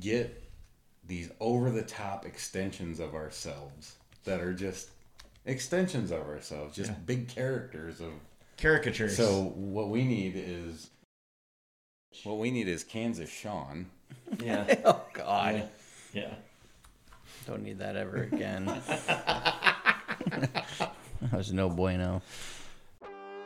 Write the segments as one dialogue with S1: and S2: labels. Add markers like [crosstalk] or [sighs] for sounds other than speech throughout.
S1: get these over the top extensions of ourselves that are just extensions of ourselves, just big characters of
S2: Caricatures.
S1: so what we need is what we need is Kansas Sean.
S3: Yeah.
S4: [laughs] Oh God,
S3: Yeah.
S4: don't need that ever again. [laughs] that was no bueno.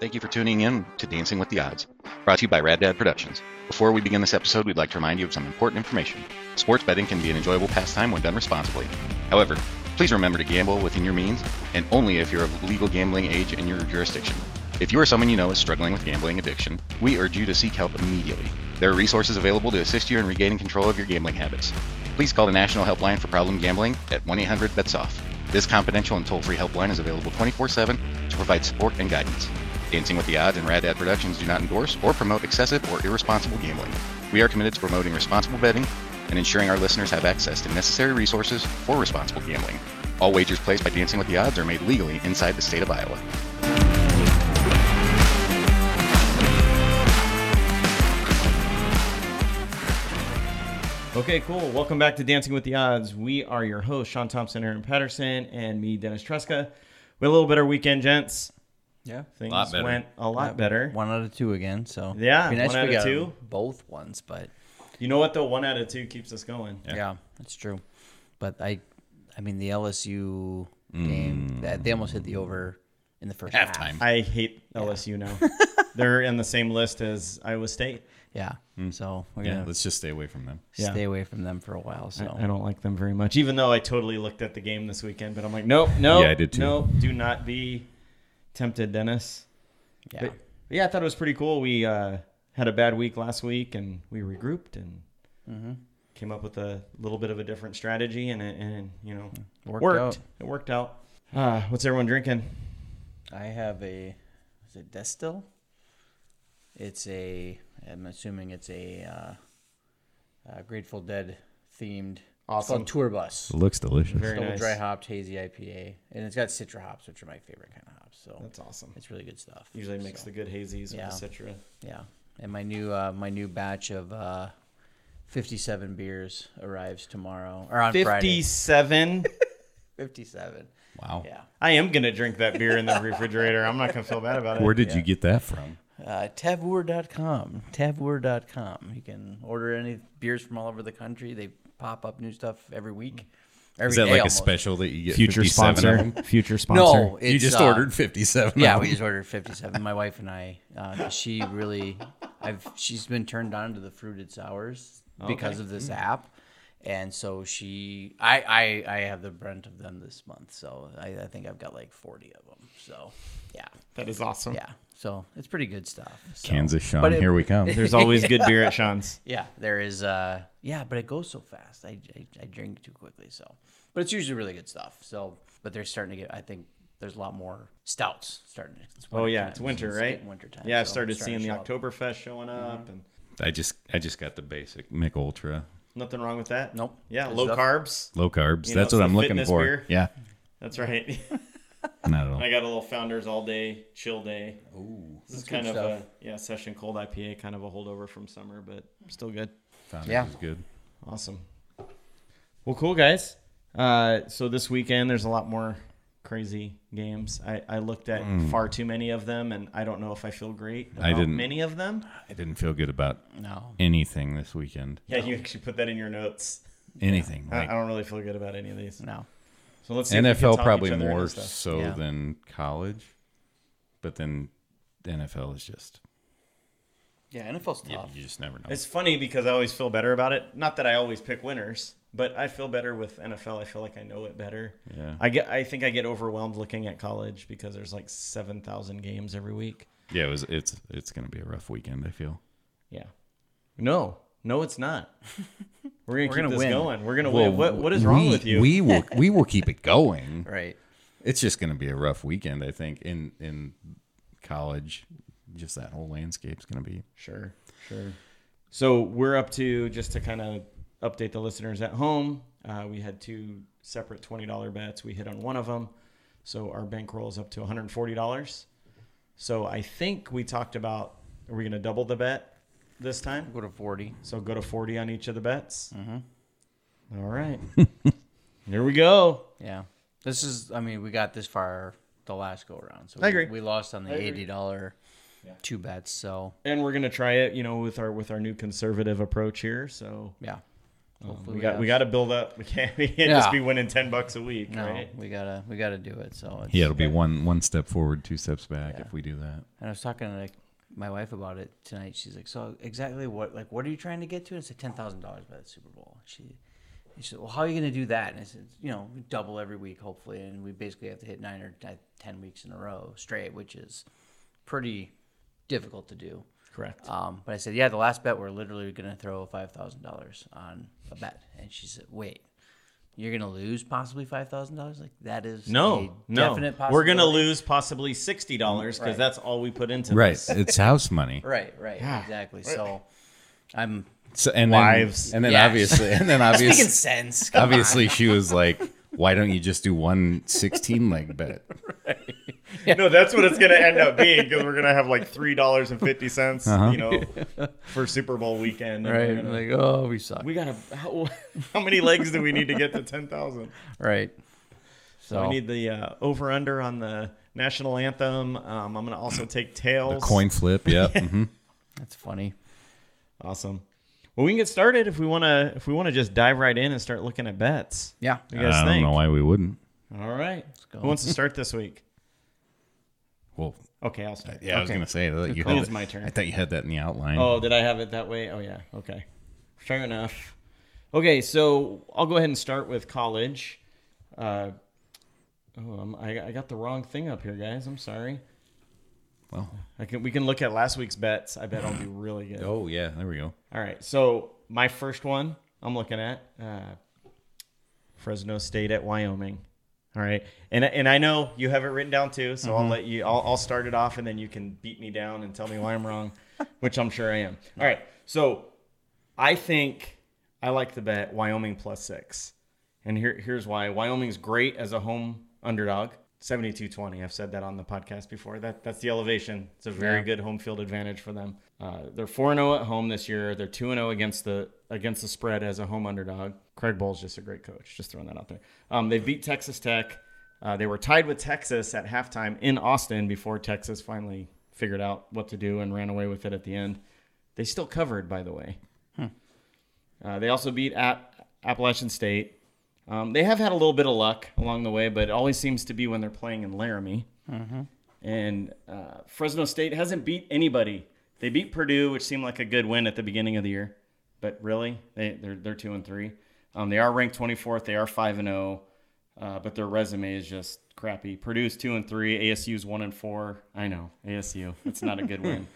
S5: Thank you for tuning in to Dancing with the Odds, brought to you by Rad Dad Productions. Before we begin this episode, we'd like to remind you of some important information. Sports betting can be an enjoyable pastime when done responsibly. However, please remember to gamble within your means and only if you're of legal gambling age in your jurisdiction. If you or someone you know is struggling with gambling addiction, we urge you to seek help immediately. There are resources available to assist you in regaining control of your gambling habits. Please call the National Helpline for Problem Gambling at 1 800 BETS OFF. This confidential and toll free helpline is available 24 7 to provide support and guidance. Dancing with the Odds and Rad Dad Productions do not endorse or promote excessive or irresponsible gambling. We are committed to promoting responsible betting and ensuring our listeners have access to necessary resources for responsible gambling. All wagers placed by Dancing with the Odds are made legally inside the state of Iowa.
S2: Okay, cool. Welcome back to Dancing with the Odds. We are your hosts, Sean Thompson, Aaron Patterson, and me, Dennis Tresca. We had a little better weekend, gents.
S4: Yeah,
S2: Things
S3: Lot better.
S2: went a lot better.
S4: One out of two again. So
S2: Yeah,
S4: It'd be
S2: one
S4: if
S2: out
S4: we
S2: of
S4: got
S2: two.
S4: both ones, but
S2: You know what though? One out of two keeps us going.
S4: yeah. that's true. But I, I mean, the LSU game that they almost hit the over in the first half.
S5: Halftime.
S2: I hate LSU now. They're in the same list as Iowa State.
S4: Yeah, so we're
S1: Yeah,
S4: gonna
S1: let's just stay away from them.
S2: yeah.
S4: stay away from them for a while. So
S2: I don't like them very much, even though I totally looked at the game this weekend. But I'm like, nope, nope,
S1: Yeah, I did too.
S2: nope. Do not be tempted, Dennis.
S4: yeah,
S2: But, but yeah, I thought it was pretty cool. We uh, had a bad week last week, and we regrouped and
S4: Mm-hmm.
S2: came up with a little bit of a different strategy, and it, and you know
S4: Worked out.
S2: It worked out. Uh, what's everyone drinking?
S4: I have a is it Destil? It's a I'm assuming it's a uh, uh, Grateful Dead themed. It's
S2: Awesome.
S4: called Tour Bus.
S1: It looks delicious.
S2: Very
S4: Double
S2: nice.
S4: dry hopped hazy IPA, and it's got Citra hops, which are my favorite kind of hops. So
S2: That's awesome.
S4: it's really good stuff.
S2: Usually makes the good hazies
S4: Yeah.
S2: with the citra.
S4: Yeah, and my new uh, my new batch of uh, 57 beers arrives tomorrow or on Friday.
S2: 57.
S4: 57.
S1: Wow.
S4: Yeah,
S2: I am going to drink that beer in the refrigerator. I'm not going to feel bad about it.
S1: Where did you get that from?
S4: uh, tavwoer.com. Tavwoer.com. You can order any beers from all over the country. They pop up new stuff every week. Every
S1: Is that
S4: day
S1: like
S4: almost.
S1: a special that you get?
S2: Future
S1: 57 of
S2: sponsor.
S1: them?
S2: Future sponsor.
S4: No, it's,
S1: You just
S4: uh,
S1: ordered 57.
S4: Yeah,
S1: of
S4: we
S1: them.
S4: just ordered 57. My wife and I. Uh, she really, I've she's been turned on to the fruited sours because of
S1: Mm.
S4: this app, and so she, I, I, I have the brunt of them this month. So I, I think I've got like 40 of them. So, yeah,
S2: That is awesome.
S4: yeah. So it's pretty good stuff. So-
S1: Kansas Sean,
S4: But it-
S1: here we
S5: [laughs]
S1: come.
S2: There's always good beer at Sean's.
S4: Yeah, there is. Uh, yeah, but it goes so fast. I, I, I drink too quickly, so. But it's usually really good stuff. So, but they're starting to get. I think there's a lot more stouts starting. to- it's
S2: Oh,
S4: winter
S2: yeah.
S4: time,
S2: It's
S4: so
S2: winter,
S4: getting
S2: right?
S4: Winter time.
S2: Yeah, I've
S4: so
S2: started
S4: it's starting
S2: seeing
S4: to
S2: the
S4: show up. Mm-hmm.
S2: Oktoberfest showing up, and
S1: I just I just got the basic Mick Ultra,
S2: nothing wrong with that.
S4: Nope.
S2: Yeah,
S4: Good
S2: low
S4: stuff.
S2: carbs.
S1: low carbs.
S2: You know,
S1: That's
S2: it's
S1: what
S2: the
S1: I'm looking
S2: fitness
S1: for.
S2: beer.
S1: Yeah,
S2: That's right. [laughs]
S1: not at all.
S2: I got a little Founders all day, chill day. Ooh, this is
S4: good
S2: kind of
S4: stuff.
S2: a yeah session cold IPA, kind of a holdover from summer, but still good.
S1: Found
S4: Yeah.
S1: it was good.
S2: Awesome. Well, cool guys. Uh, so this weekend there's a lot more crazy games. I, I looked at far too many of them, and I don't know if I feel great. About
S1: Mm. I didn't-
S2: many of them.
S1: I didn't feel good about
S4: No.
S1: anything this weekend.
S2: Yeah, you actually put that in your notes.
S1: Anything.
S2: I-
S1: Like,
S2: I don't really feel good about any of these.
S4: No.
S2: So let's see if we can talk
S1: NFL
S2: each
S1: probably
S2: other into
S1: more
S2: stuff.
S1: so
S4: Yeah.
S1: than college, but then the NFL is just
S4: Yeah, NFL's tough.
S1: you, you just never know.
S2: It's funny because I always feel better about it. Not that I always pick winners, but I feel better with NFL. I feel like I know it better.
S1: Yeah.
S2: I get. I think I get overwhelmed looking at college because there's like seven thousand games every week.
S1: yeah, it was, it's it's gonna be a rough weekend. I feel.
S2: Yeah. No. No, it's not.
S4: [laughs]
S2: We're gonna
S4: We're
S2: keep
S4: gonna
S2: this
S4: win.
S2: going. We're gonna win. What What is wrong
S1: we-
S2: with you?
S1: We
S2: [laughs]
S1: will we will keep it going.
S4: Right.
S1: It's just gonna be a rough weekend. I think in in college, just that whole landscape's gonna be
S2: Sure, sure. So we're up to just to kind of update the listeners at home. Uh, we had two separate twenty dollar bets. We hit on one of them, so our bankroll is up to one hundred forty dollars. So I think we talked about are we going to double the bet this time?
S4: Go to 40.
S2: So go to forty on each of the bets. All right. [laughs] Here we go.
S4: Yeah. This is, I mean, we got this far the last go around. So
S2: I
S4: we,
S2: agree.
S4: we lost on the $80 two bets. So,
S2: And we're gonna try it, you know, with our with our new conservative approach here. So
S4: yeah. Hopefully
S2: Um, we got we
S4: have-
S2: got to build up. We can't [laughs] we can't
S4: Oh, Yeah.
S2: just be winning ten bucks a week,
S4: No,
S2: right?
S4: we gotta we gotta do it. So it's,
S5: Yeah, it'll be one one step forward, two steps back if we do that.
S4: And I was talking to like, my wife about it tonight. She's like, "So exactly what like what are you trying to get to?" And I said, 10000 dollars by the Super Bowl." She, and she said, "Well, how are you going to do that?" And I said, "You know, we double every week, hopefully, and we basically have to hit nine or t- ten weeks in a row straight, which is pretty difficult to do."
S2: Correct.
S4: Um, but I said, "Yeah, the last bet we're literally going to throw five thousand dollars on a bet," and she said, "Wait." You're gonna lose possibly five thousand dollars. Like that is a
S2: No, no,
S4: definite
S2: we're gonna
S4: possibility.
S2: lose possibly sixty dollars because
S4: Right.
S2: that's all we put into
S5: Right,
S2: this.
S5: it's house money.
S4: Right, right, exactly. So I'm
S5: So, and
S2: Wives.
S5: then, and then
S4: Yeah.
S5: obviously, and then
S4: speaking
S5: obviously,
S4: sense. Come
S5: obviously, she was like, "Why don't you just do one 16 leg bet?"
S2: [laughs] No, that's what it's gonna end up being because we're gonna have like three dollars and fifty cents,
S5: Uh-huh.
S2: you
S5: [laughs]
S2: know, for Super Bowl weekend. and
S4: on.
S2: we're
S4: Right,
S2: gonna-
S4: like oh, we suck.
S2: We gotta.
S4: [laughs]
S2: How, how many legs do we need to get to ten thousand?
S4: right. So
S2: We need the uh, over under on the national anthem. Um, I'm gonna also take tails.
S5: The coin flip, yep. mhm.
S4: that's funny.
S2: Awesome. Well, we can get started if we wanna. If we wanna just dive right in and start looking at bets.
S4: Yeah,
S2: You guys
S5: I don't
S2: think?
S5: know why we wouldn't.
S2: All right.
S4: go.
S2: Who wants to start this week?
S5: Well,
S2: Okay, I'll start.
S5: yeah, I was
S2: Okay.
S5: gonna say that you
S2: call.
S5: had
S2: It's
S5: that-
S2: my turn.
S5: I thought you had that in the outline.
S2: Oh, did I have it that way? Oh, yeah. Okay. Fair enough. Okay, so I'll go ahead and start with college. Uh, oh, I'm, I, I got the wrong thing up here, guys. I'm sorry.
S5: Well.
S2: I can, we can look at last week's bets. I bet I'll do really good.
S5: Oh, yeah, there we go.
S2: All right, so my first one I'm looking at uh, Fresno State at Wyoming. All right, and and I know you have it written down too, so I'll let you. I'll, I'll start it off, and then you can beat me down and tell me why I'm wrong, which I'm sure I am. All right, so I think I like the bet Wyoming plus six, and here here's why Wyoming's great as a home underdog. 72-20. I've said that on the podcast before. That that's the elevation. It's a very good home field advantage for them. Uh, they're four zero at home this year. They're two zero against the against the spread as a home underdog. Craig Bull's just a great coach. Just throwing that out there. Um, they beat Texas Tech. Uh, they were tied with Texas at halftime in Austin before Texas finally figured out what to do and ran away with it at the end. They still covered, by the way. Uh, they also beat App- Appalachian State. Um, they have had a little bit of luck along the way, but it always seems to be when they're playing in Laramie. And uh, Fresno State hasn't beat anybody. They beat Purdue, which seemed like a good win at the beginning of the year, but really they they're they're two and three. Um, they are ranked 24th. They are five and zero, uh, but their resume is just crappy. Purdue's two and three. ASU's one and four. I know ASU. It's not a good win.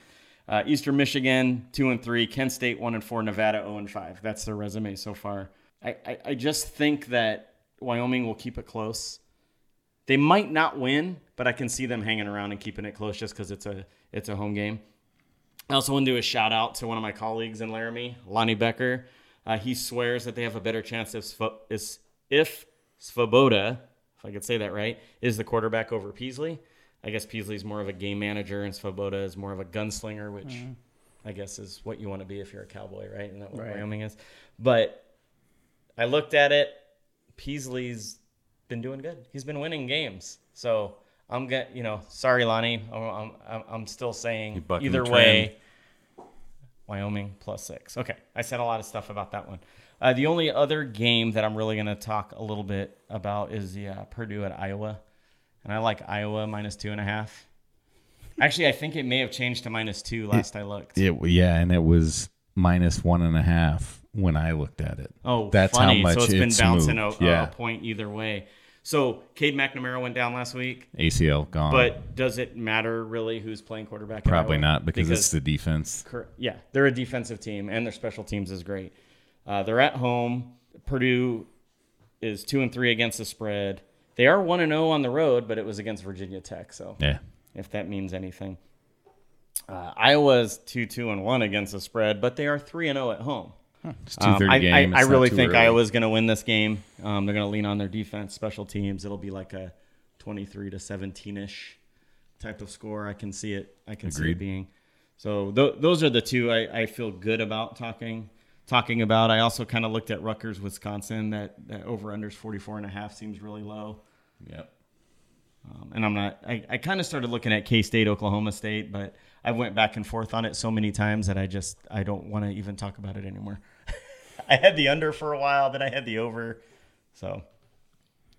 S2: Uh, Eastern Michigan two and three, Kent State one and four, Nevada zero and five. That's their resume so far. I, I, I just think that Wyoming will keep it close. They might not win, but I can see them hanging around and keeping it close just because it's a it's a home game. I also want to do a shout out to one of my colleagues in Laramie, Lonnie Becker. Uh, he swears that they have a better chance if Svo- is if Svoboda, if I could say that right, is the quarterback over Peasley. I guess Peasley's more of a game manager and Svoboda is more of a gunslinger, which I guess is what you want to be if you're a cowboy, right? Isn't that what Wyoming is? But I looked at it. Peasley's been doing good. He's been winning games. So I'm get you know, sorry Lonnie, I'm I'm, I'm- I'm still saying
S5: bucking the
S2: either
S5: trend.
S2: way. Wyoming plus six. Okay, I said a lot of stuff about that one. Uh, the only other game that I'm really going to talk a little bit about is the uh, Purdue at Iowa, and I like Iowa minus two and a half. Actually, I think it may have changed to minus two last I looked.
S5: It, yeah, and it was minus one and a half when I looked at it.
S2: Oh,
S5: that's
S2: funny.
S5: how much
S2: so it's been bouncing uh,
S5: moved.
S2: A, a
S5: yeah,
S2: point either way. So Cade McNamara went down last week,
S5: ACL gone,
S2: but Oh, does it matter really who's playing quarterback? at
S5: probably
S2: Iowa?
S5: not because, it's the defense.
S2: Cor- yeah, they're a defensive team, and their special teams is great. Uh, they're at home. Purdue is two and three against the spread. They are one and zero on the road, but it was against Virginia Tech. So
S5: Yeah,
S2: if that means anything, uh, Iowa's two two and one against the spread, but they are three and zero at home.
S5: it's
S2: Um,
S5: two thirty
S2: I,
S5: game.
S2: I, I
S5: it's not
S2: really
S5: too
S2: think
S5: early.
S2: Iowa's going to win this game. Um, they're going to lean on their defense, special teams. It'll be like a 23 to 17 ish type of score. I can see it. I can see it
S5: Agreed.
S2: being. So th- those are the two I, I feel good about talking talking about. I also kind of looked at Rutgers, Wisconsin. That, that over unders 44 and a half seems really low.
S1: Yep.
S2: Um, and I'm not. I, I kind of started looking at K State, Oklahoma State, but I went back and forth on it so many times that I just I don't want to even talk about it anymore. [laughs] I had the under for a while, then I had the over. So,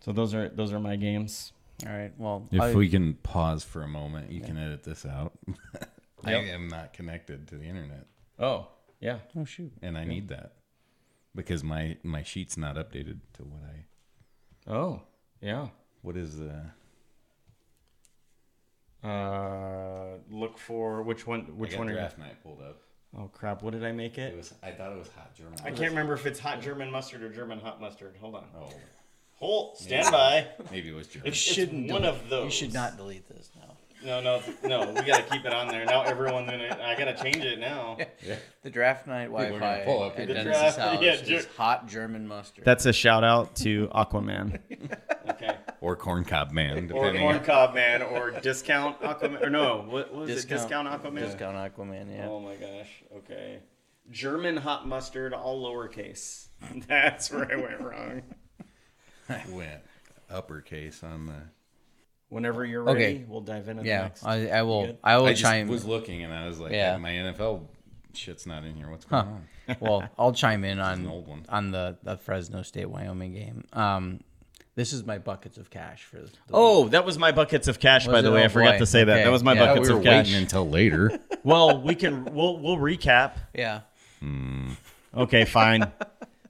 S2: so those are those are my games.
S4: All right. Well,
S1: If
S4: I-
S1: we can pause for a moment, you can edit this out. [laughs] I am not connected to the internet,
S2: Oh yeah,
S4: oh shoot.
S1: and I need that because my my sheet's not updated to what I
S2: oh yeah.
S1: what is the
S2: Uh, look for which one? Which one are you?
S1: draft night pulled up.
S2: Oh crap! What did I make
S1: It
S2: it?
S1: was I thought it was hot German.
S2: I can't remember if it's hot German mustard or German hot mustard. Hold on.
S1: Oh,
S2: Hold.
S1: [laughs]
S2: Stand by.
S1: maybe it was German.
S2: It's, it's one of those.
S4: You should not delete this now.
S2: No, no, no. We gotta keep it on there. Now everyone's in it. I gotta change it now.
S4: The draft night
S1: are
S4: Wi-Fi
S1: gonna pull up
S4: at
S1: the
S4: Dennis's
S2: draft-
S4: house
S2: yeah,
S4: is
S2: Ger-
S4: hot German mustard.
S2: [laughs] That's a shout out to Aquaman. [laughs] Okay.
S1: or corncob man,
S2: Or
S1: depending.
S2: corn cob man, or discount Aquaman, or no, what was it?
S4: Discount-
S2: Discount Aquaman.
S4: Discount Aquaman. Yeah.
S2: Oh my gosh. Okay. German hot mustard, all lowercase. [laughs] That's where I went wrong.
S1: on, went uppercase on the.
S2: Whenever you're ready,
S4: Okay.
S2: we'll dive into the
S4: yeah.
S2: next.
S4: I, I will. I will
S1: I just
S4: chime.
S1: was looking and I was like,
S4: Yeah.
S1: my NFL shit's not in here. What's going on?
S4: well, I'll chime in on
S1: an old one.
S4: on the, the Fresno State Wyoming game. Um, this is my buckets of cash for the
S2: Oh, that was my buckets of cash, by
S4: Was
S2: the
S4: it?
S2: way.
S4: Oh,
S2: I forgot
S4: boy.
S2: to say that.
S4: Okay.
S2: That was my
S4: Yeah,
S2: buckets
S1: we were
S2: of cash.
S1: waiting until later. [laughs]
S2: well, we can we'll we'll recap.
S4: yeah.
S2: Okay, fine.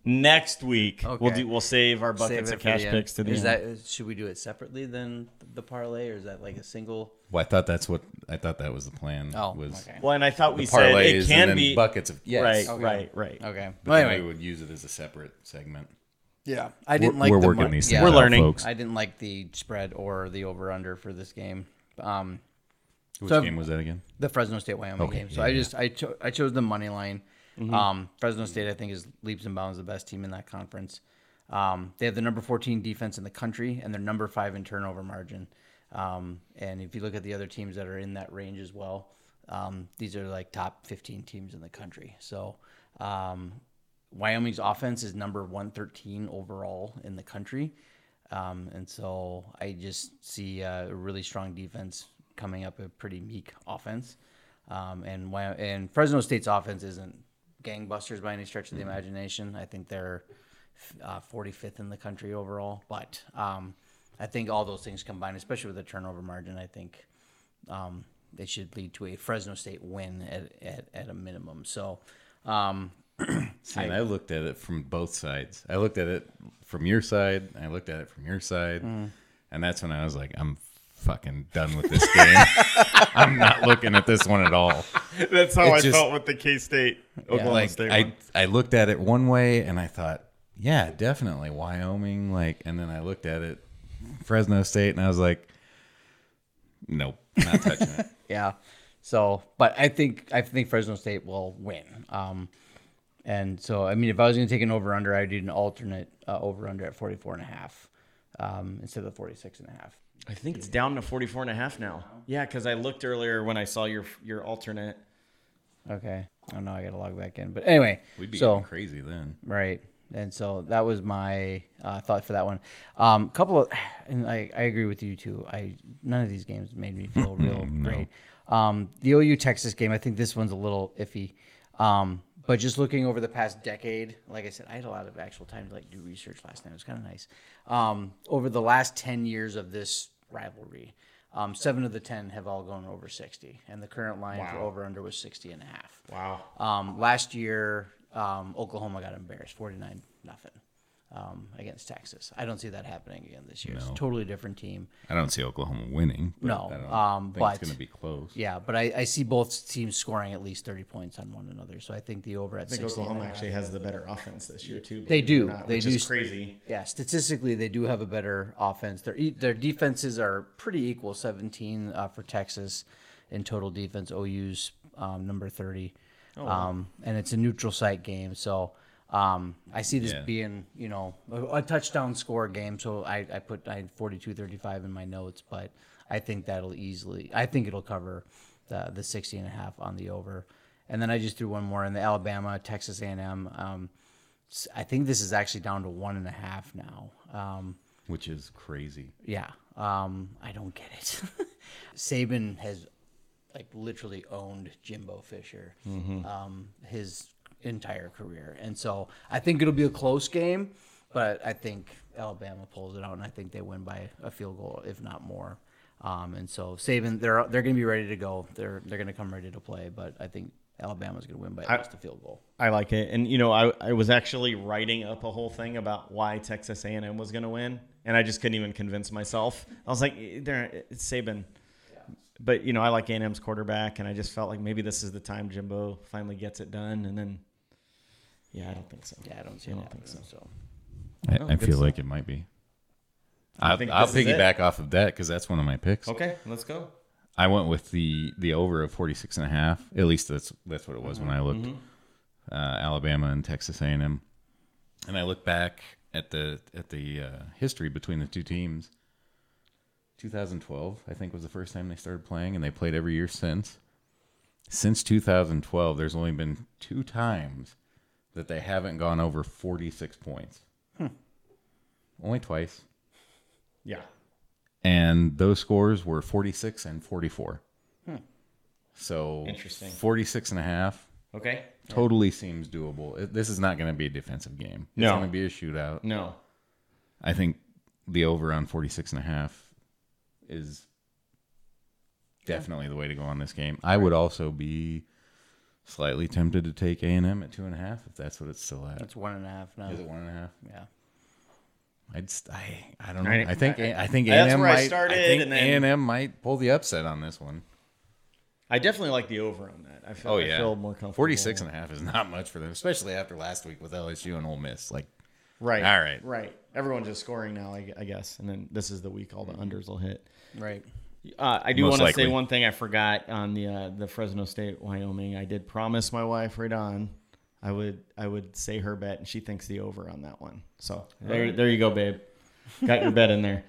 S2: Next week we'll
S4: Okay.
S2: do we'll save our buckets
S4: Save it
S2: of
S4: for the
S2: cash
S4: end.
S2: picks to the
S4: is
S2: end.
S4: that uh, should we do it separately than the parlay, or is that like a single?
S1: well, I thought that's what I thought that was the plan.
S4: Oh,
S1: was
S4: okay.
S2: well, and I thought we said
S1: parlays
S2: it can
S1: and
S2: be
S1: then buckets of yes.
S2: right,
S4: Okay.
S2: right, right.
S4: Okay.
S1: But
S4: Well,
S1: then
S4: anyway,
S1: we would use it as a separate segment.
S4: yeah, I didn't
S1: We're-
S4: like.
S1: we're
S4: the
S1: working
S4: mon-
S1: these
S4: yeah.
S1: things
S2: We're
S1: out,
S2: learning.
S1: folks.
S4: I didn't like the spread or the over under for this game. Um,
S1: Which
S4: So-
S1: game was that again?
S4: the Fresno State Wyoming
S1: Okay,
S4: game. So
S1: yeah, Mm-hmm.
S4: I
S1: yeah.
S4: just I cho- I chose the money line. Um, Fresno State I think is leaps and bounds the best team in that conference. Um, they have the number 14 defense in the country and they're number five in turnover margin. Um, and if you look at the other teams that are in that range as well, um, these are like top 15 teams in the country. So um, Wyoming's offense is number 113 overall in the country. Um, and so I just see uh, a really strong defense coming up a pretty meek offense. Um, and Wy- and Fresno State's offense isn't gangbusters by any stretch of the imagination. I think they're uh, 45th in the country overall. But um, I think all those things combined, especially with the turnover margin, I think um, they should lead to a Fresno State win at, at, at a minimum. So um,
S1: See, and I looked at it from both sides. I looked at it from your side. I looked at it from your side, and that's when I was like, I'm fucking done with this game. [laughs] I'm not looking at this one at all.
S2: That's how
S1: It's I just- felt
S2: with the K State Oklahoma
S1: like I, I looked at it one way and I thought, yeah, definitely Wyoming. Like, and then I looked at it Fresno State and I was like, nope, not touching it.
S4: Yeah. So, but I think I think Fresno State will win. Um, and so, I mean, if I was going to take an over under, I would do an alternate uh, over under at 44 and a half um, instead of 46 and a half.
S2: I think it's down to 44 and a half now. Yeah, because I looked earlier when I saw your your alternate.
S4: Okay. Oh, no, I got to log back in. But anyway,
S1: We'd be
S4: so,
S1: getting crazy then.
S4: Right. And so that was my uh, thought for that one. Um, couple of, [sighs] and I, I agree with you too. I none of these games made me feel real great. Um, the OU Texas game, I think this one's a little iffy. Um, but just looking over the past decade, like I said, I had a lot of actual time to like do research last night. It was kind of nice. Um, over the last ten years of this rivalry, um, seven of the ten have all gone over sixty, and the current line for over under was sixty and a half.
S2: Wow.
S4: Um, last year, um, Oklahoma got embarrassed, forty-nine nothing, um, against Texas. I don't see that happening again this year. It's a totally different team.
S1: I don't see Oklahoma winning. But
S4: No,
S1: I don't
S4: um,
S1: think
S4: but-
S1: it's going to be close.
S4: Yeah, but I, I see both teams scoring at least thirty points on one another. So I think the over at
S2: I think
S4: sixty.
S2: Oklahoma actually has the better offense this year too.
S4: They
S2: believe it or
S4: do. They
S2: which
S4: do.
S2: Is crazy.
S4: Yeah, statistically, they do have a better offense. Their e- their defenses are pretty equal, seventeen uh, for Texas in total defense. OU's um, number thirty, um, and it's a neutral site game, so um, I see this
S1: Yeah.
S4: being you know a, a touchdown score game. So I, I put I had 42-35 in my notes, but I think that'll easily. I think it'll cover the the sixty and a half on the over. and then I just threw one more in the Alabama, Texas A&M. Um, s- I think this is actually down to one and a half now. Um,
S1: which is crazy.
S4: yeah, um, I don't get it. [laughs] Saban has like literally owned Jimbo Fisher
S2: Mm-hmm.
S4: um, his entire career, and so I think it'll be a close game, but I think Alabama pulls it out, and I think they win by a field goal, if not more. Um, and so Saban, they're they're going to be ready to go. They're they're going to come ready to play, but I think Alabama's going to win by at least a field goal.
S2: I like it, and you know, I, I was actually writing up a whole thing about why Texas A&M was going to win, and I just couldn't even convince myself. I was like, "Eh, "There, it's Saban," but you know, I like A&M's quarterback, and I just felt like maybe this is the time Jimbo finally gets it done, and then, yeah, I don't think so.
S4: Yeah, I don't see
S2: I
S4: it
S2: don't
S4: happening.
S2: think so.
S4: so.
S1: I, I
S2: good
S1: feel
S2: stuff.
S1: like it might be. I
S2: think
S1: I'll
S2: this is it.
S1: piggyback off of that because that's one of my picks.
S2: Okay, let's go.
S1: I went with the the over of 46 and a half. At least that's that's what it was when I looked. Uh, Alabama and Texas A&M. And I look back at the at the uh, history between the two teams. 2012, I think, was the first time they started playing, and they played every year since. Since 2012, there's only been two times that they haven't gone over 46 points. Only twice
S2: Yeah,
S1: and those scores were 46 and 44. So
S2: Hmm. Interesting.
S1: 46 and a half
S2: okay.
S1: totally seems doable. It- This is not going to be a defensive game. It's
S2: No.
S1: going to be a shootout.
S2: No,
S1: I think the over on 46 and a half is definitely the way to go on this game. I would also be slightly tempted to take A&M at two and a half if that's what it's still at.
S4: It's one and a half now.
S1: Is it one and a half?
S4: Yeah.
S1: I'd st- I I don't know.
S2: Right.
S1: I think I, think
S2: That's
S1: A&M
S2: where I
S1: might,
S2: started,
S1: think
S2: and then-
S1: A&M might pull the upset on this one.
S2: I definitely like the over on that. I feel,
S1: Oh
S2: I
S1: yeah,
S2: feel more comfortable.
S1: 46 and a half is [laughs] not much for them, especially after last week with LSU and Ole Miss. Like,
S2: Right.
S1: All right.
S2: Right. Everyone's just scoring now, I, gu- I guess. And then this is the week all
S1: Mm-hmm.
S2: the unders will hit.
S4: Right.
S2: Uh, I do
S1: Most
S2: want to say
S1: likely.
S2: one thing I forgot on the uh, the Fresno State Wyoming. I did promise my wife right on. I would I would say her bet, and she thinks the over on that one. So there, there you go, babe. Got your bet in [laughs] there.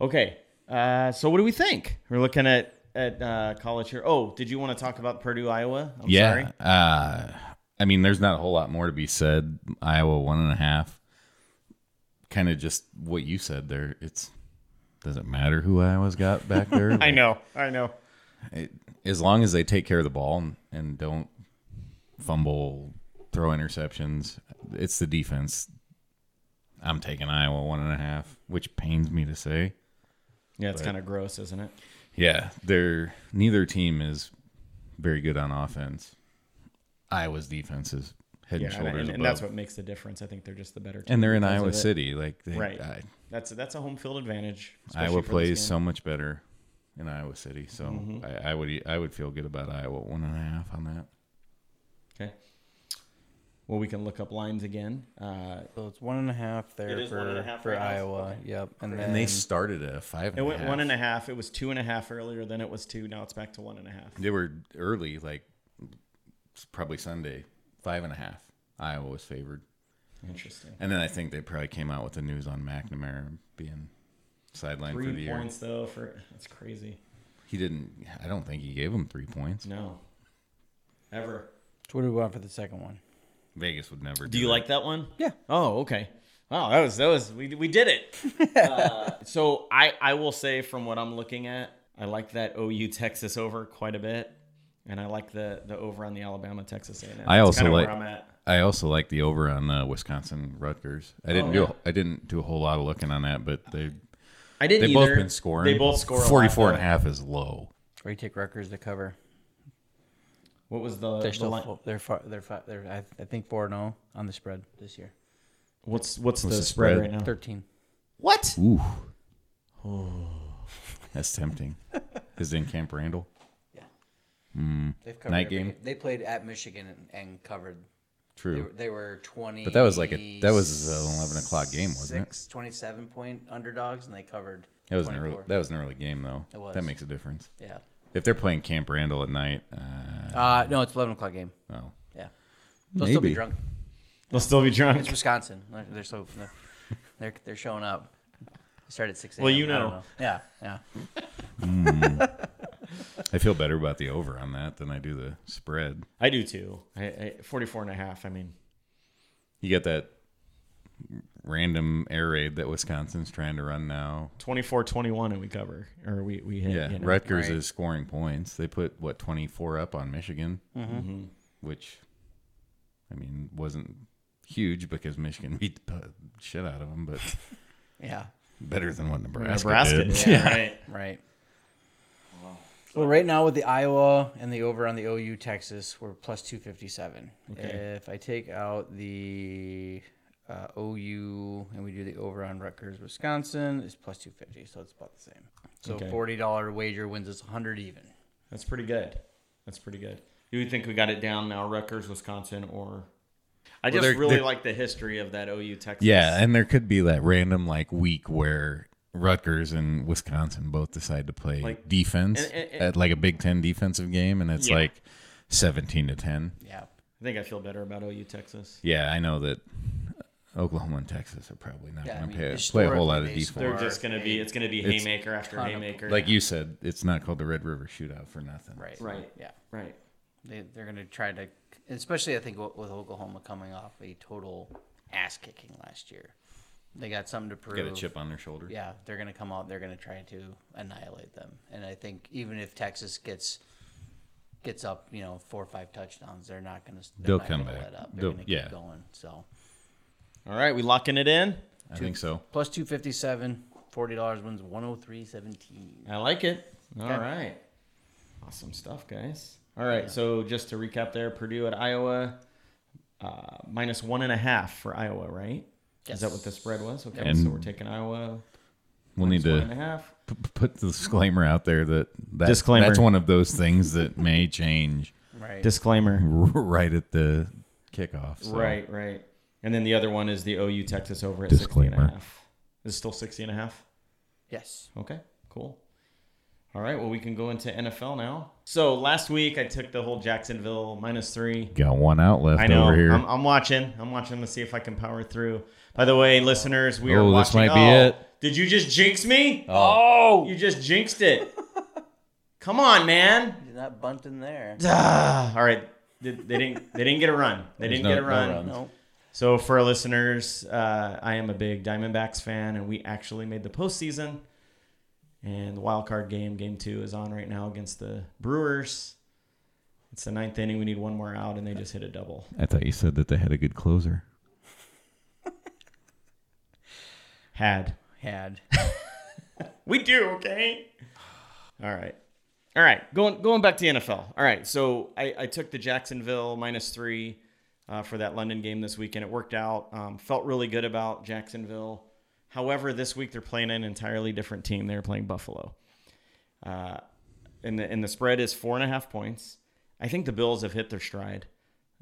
S2: Okay. Uh, so what do we think? We're looking at at uh, college here. Oh, did you want to talk about Purdue, Iowa? I'm sorry.
S1: yeah. Uh, I mean, there's not a whole lot more to be said. Iowa one and a half. Kind of just what you said there. It's doesn't matter who Iowa's got back [laughs] there.
S2: I know. I know.
S1: It- as long as they take care of the ball and, and don't fumble, throw interceptions. It's the defense. I'm taking Iowa one and a half, which pains me to say.
S2: Yeah, it's kind of gross, isn't it?
S1: Yeah, they're neither team is very good on offense. Iowa's defense is head and
S2: Yeah, and,
S1: shoulders
S2: and-
S1: above.
S2: and that's what makes the difference. I think they're just the better. Team
S1: and they're in
S2: because of
S1: Iowa
S2: it.
S1: City. Like they,
S2: Right.
S1: I,
S2: That's that's a home field advantage. especially
S1: Iowa
S2: for this
S1: plays
S2: game. Mm-hmm.
S1: so much better in Iowa City. So I, I would I would feel good about Iowa one and a half on that.
S2: Okay. Well, we can look up lines again. Uh,
S4: So it's one and a half there
S2: It is
S4: for,
S2: one and a half
S4: for
S2: right now.
S4: Iowa. Yep. And, then
S1: And they started at a five.
S2: it went one and a half. It was two and a half earlier. Then it was two. Now it's back to one and a half.
S1: They were early, like s- probably Sunday, five and a half. Iowa was favored,
S2: Interesting.
S1: and then I think they probably came out with the news on McNamara being sidelined for the
S2: Three
S1: year.
S2: points though for that's crazy.
S1: He didn't. I don't think he gave him three points.
S2: No. Ever.
S4: So what do we want for the second one?
S1: Vegas would never.
S2: Do you
S1: that.
S2: like that one?
S4: Yeah.
S2: Oh, okay. Wow, that was that was we we did it.
S4: [laughs]
S2: uh, so I I will say from what I'm looking at, I like that OU Texas over quite a bit, and I like the the over on the Alabama Texas A&M.
S1: I
S2: That's
S1: also
S2: kinda
S1: like-
S2: where I'm at.
S1: I also like the over on uh, Wisconsin Rutgers. I
S2: Oh,
S1: didn't do. A, I didn't do a whole lot of looking on that, but they
S2: I didn't.
S1: they
S2: either.
S1: both been scoring.
S2: They both score. a lot,
S1: 44 and a
S2: though.
S1: half is low.
S4: Or you take Rutgers to cover?
S2: What was the,
S4: They're
S2: the
S4: still
S2: line-
S4: fo- they're far, they're fi- they're I, I think four and zero on the spread this year.
S2: What's what's, the,
S1: the
S2: spread,
S1: spread?
S2: right now?
S4: Thirteen.
S2: What?
S1: Ooh.
S2: Oh.
S1: That's
S2: [laughs]
S1: tempting. Is it in Camp Randall?
S4: They've covered
S1: Night
S4: every-
S1: game?
S4: They played at Michigan and, and covered. They were,
S1: True.
S4: they were twenty.
S1: But that was like a that was an 11 o'clock game, wasn't it?
S4: six, 27 point underdogs, and they covered.
S1: That was an early
S4: 24.
S1: that was an early game though.
S4: It was.
S1: That makes a difference.
S4: Yeah.
S1: If they're playing Camp Randall at night, uh,
S4: Uh, no, it's eleven o'clock game.
S1: oh,
S4: Yeah. They'll still be
S1: Maybe.
S4: drunk.
S2: They'll still be drunk.
S4: It's Wisconsin. They're, they're so they're- they're they're showing up. Start at six.
S2: Well,
S4: a.m.
S2: you
S4: I don't
S2: know.
S4: Yeah, yeah.
S1: I feel better about the over on that than I do the spread.
S2: [laughs] I do too. I, I, 44 and a half. I mean,
S1: You get that random air raid that Wisconsin's trying to run now.
S2: 24 21 and we cover or we, we hit.
S1: Yeah,
S2: you know.
S1: Rutgers
S4: right.
S1: is scoring points. They put what twenty four up on Michigan,
S2: Mm-hmm.
S1: which, I mean, wasn't huge because Michigan beat the pu- shit out of them,
S2: [laughs]
S1: but
S4: Yeah.
S1: better than what Nebraska,
S2: Nebraska.
S1: did.
S2: Yeah, Right.
S4: Right. Well, right now with the Iowa and the over on the OU Texas, we're plus 257. If I take out the uh, OU and we do the over on Rutgers, Wisconsin, it's plus 250. So it's about the same. So
S2: Okay.
S4: $40 wager wins us 100 even.
S2: That's pretty good. That's pretty good. Do you think we got it down now? Rutgers, Wisconsin, or. I just
S1: they're-
S2: really
S1: they're-
S2: like the history of that OU Texas.
S1: [laughs] Yeah, and there could be that random like week where Rutgers and Wisconsin both decide to play
S2: Like-
S1: defense
S2: and- and- and-
S1: at like a Big Ten defensive game, and it's
S2: Yeah.
S1: like seventeen to ten.
S4: Yeah.
S2: I think I feel better about OU Texas.
S1: Yeah, I know that Oklahoma and Texas are probably not
S4: Yeah, I
S1: going
S4: mean,
S1: to play, a whole lot of
S4: historically, they
S1: defense.
S4: score-
S2: They're just gonna be. It's gonna be
S1: It's
S2: haymaker after
S4: ton of-
S2: haymaker.
S1: Like you said, it's not called the Red River Shootout for nothing.
S4: Right.
S2: Right.
S4: Yeah.
S2: Right.
S4: They, they're going to try to, especially I think with with Oklahoma coming off a total ass kicking last year. They got something to prove.
S1: Got a chip on their shoulder.
S4: Yeah, they're going to come out. They're going to try to annihilate them. And I think even if Texas gets gets up, you know, four or five touchdowns, they're not going to.
S1: They'll come back.
S4: Let up. They're
S1: They'll-
S4: going to
S1: yeah.
S4: keep going. So
S2: All right. We locking it in.
S1: I think so.
S4: plus two fifty seven. Forty dollars wins one hundred three seventeen.
S2: I like it. All right, Awesome stuff, guys. All right. So just to recap there, Purdue at Iowa, uh, minus one and a half for Iowa, right? Is that
S4: Yes.
S2: what the spread was? Okay.
S1: And-
S2: so we're taking Iowa.
S1: We'll need
S2: minus one and a
S1: to
S2: half.
S1: p- p- put the disclaimer out there that that's,
S2: Disclaimer.
S1: that's one of those things that may change
S4: Right.
S2: Disclaimer.
S1: right at the kickoff. so.
S2: Right, right. And then the other one is the OU Texas over at sixty and
S1: Disclaimer.
S2: a half. Is it still sixty and a half?
S4: yes.
S2: Okay, cool. All right, well, we can go into NFL now. So last week I took the whole Jacksonville minus three.
S1: Got one out left
S2: I know.
S1: over here.
S2: I'm, I'm watching. I'm watching to see if I can power through. By the way, listeners, we are
S1: Oh,
S2: watching.
S1: this might be
S2: oh,
S1: it.
S2: Did you just jinx me?
S4: Oh,
S2: You just jinxed it. Come on, man.
S4: you're not bunt in [laughs] there.
S2: Ah, all right. They, they didn't. They didn't get a run. They
S1: There's
S2: didn't
S1: no-
S2: get a
S1: no
S2: run.
S1: runs.
S4: No.
S2: So for our listeners, uh, I am a big Diamondbacks fan, and we actually made the postseason. And the wild card game, game two, is on right now against the Brewers. It's the ninth inning. We need one more out, and they just hit a double.
S1: I thought you said that they had a good closer.
S2: Had.
S4: Had.
S2: We do, okay? All right. All right. Going going back to the NFL. All right. So I, I took the Jacksonville minus three uh, for that London game this weekend. It worked out. Um, felt really good about Jacksonville. However, this week they're playing an entirely different team. They're playing Buffalo. Uh, and, the, and the spread is four and a half points. I think the Bills have hit their stride.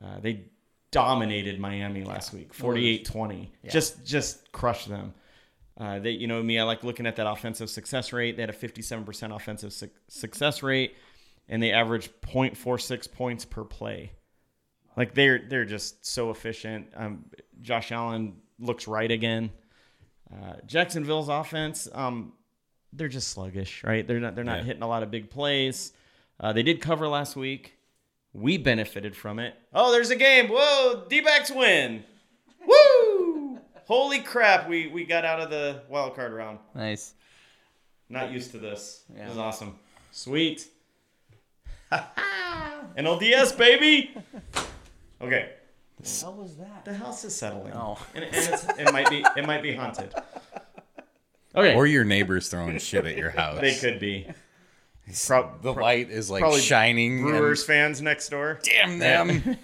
S2: Uh, they dominated Miami last week, 48 20. Just, just crushed them. Uh, they, you know me, I like looking at that offensive success rate. They had a 57% offensive suc success rate, and they averaged 0.46 points per play. Like they're they're just so efficient. Um, Josh Allen looks right again. Uh, Jacksonville's offense, um, they're just sluggish, right? They're not they're not
S1: Yeah.
S2: hitting a lot of big plays. Uh, they did cover last week. We benefited from it. Oh, there's a game. Whoa, D-backs win. Woo! Holy crap, we we got out of the wild card round.
S4: nice.
S2: Not used to this. This is
S4: Yeah.
S2: awesome. Sweet. [laughs] NLDS, baby. Okay.
S4: How was that?
S2: The house is settling.
S4: Oh.
S2: And, and it's, it might be it might be haunted. Okay.
S1: Or your neighbors throwing shit at your house.
S2: [laughs] they could be. Pro-
S1: The light is like
S2: probably
S1: shining. and-
S2: Brewers fans next door.
S1: damn
S2: [laughs]
S1: them.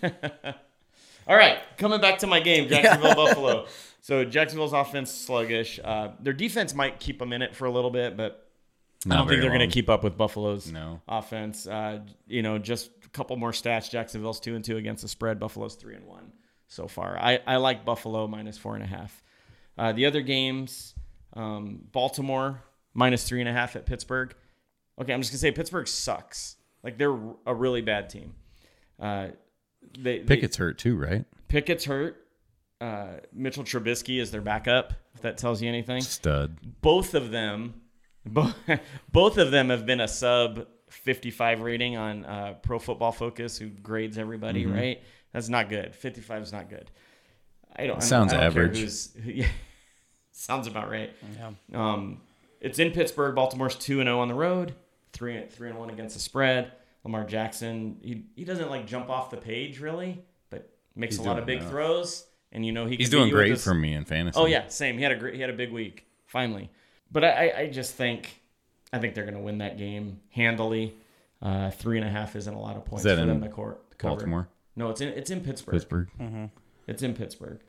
S2: All right, coming back to my game, Jacksonville Buffalo. So Jacksonville's offense sluggish. Uh, their defense might keep them in it for a little bit, but I don't think they're going to keep up with Buffalo's
S1: No.
S2: offense. Uh, you know, just a couple more stats. Jacksonville's two and two against the spread. Buffalo's three and one so far. I, I like Buffalo minus four and a half. Uh, the other games, um, Baltimore minus three and a half at Pittsburgh. Okay, I'm just gonna say Pittsburgh sucks. Like they're a really bad team. Uh, they, they-
S1: Pickett's hurt too, right?
S2: Pickett's hurt. Uh, Mitchell Trubisky is their backup. If that tells you anything
S1: Stud.
S2: [laughs] both of them bo- both of them have been a sub 55 rating on uh, Pro Football Focus, who grades everybody,
S1: Mm-hmm.
S2: right? That's not good. 55 is not good. I don't.
S1: Sounds
S2: I don't care
S1: average.
S2: who's- who- [laughs] yeah, sounds about right.
S4: Yeah.
S2: Um, it's in Pittsburgh. Baltimore's two and zero on the road, three three and one against the spread. Lamar Jackson, he, he doesn't like jump off the page really, but makes
S1: He's
S2: a lot of
S1: doing
S2: big
S1: enough.
S2: throws, and you know he
S1: He's
S2: can beat
S1: doing
S2: you with
S1: great
S2: this-
S1: for me in fantasy.
S2: Oh yeah, same. He had a great, he had a big week finally. But I, I, I just think, I think they're going to win that game handily. Uh, three and a half isn't a lot of points
S1: that
S2: for
S1: in
S2: them to court. Cover.
S1: Baltimore,
S2: No, it's in it's in Pittsburgh.
S1: Pittsburgh,
S2: It's in Pittsburgh.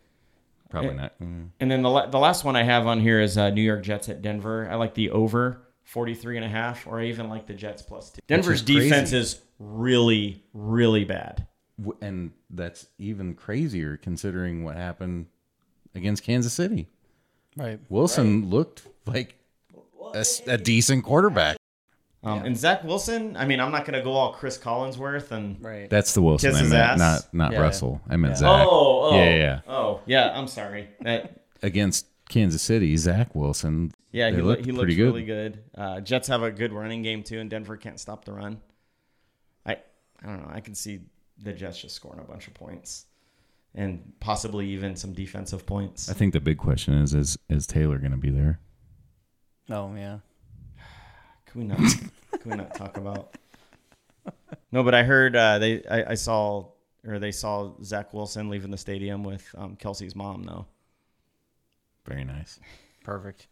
S1: probably
S2: Eh.
S1: not. Mm.
S2: And then the la- the last one I have on here is uh, New York Jets at Denver. I like the over 43 and a half, or I even like the Jets plus two. Denver's
S1: crazy.
S2: defense is really, really bad.
S1: W- And that's even crazier considering what happened against Kansas City.
S4: Right.
S1: Wilson looked like a, s- a decent quarterback.
S2: Um, And Zach Wilson, I mean, I'm not going to go all Chris Collinsworth and
S4: Right.
S1: That's the Wilson
S2: Kiss
S1: I
S2: his
S1: meant,
S2: ass.
S1: not not
S4: Yeah.
S1: Russell. I meant
S4: Yeah.
S1: Zach.
S2: oh, oh,
S1: Yeah, yeah, yeah.
S2: oh, yeah. I'm sorry. That
S1: Against Kansas City, Zach Wilson.
S2: yeah,
S1: They
S2: he, looked
S1: looked
S2: he looks
S1: pretty good.
S2: really good. Uh, Jets have a good running game too, and Denver can't stop the run. I I don't know. I can see the Jets just scoring a bunch of points, and possibly even some defensive points.
S1: I think the big question is is is Taylor going to be there?
S4: Oh yeah.
S2: Can we not? can we not talk about? [laughs] No, but I heard uh, they. I, I saw or they saw Zach Wilson leaving the stadium with um, Kelsey's mom though.
S1: Very nice.
S4: Perfect.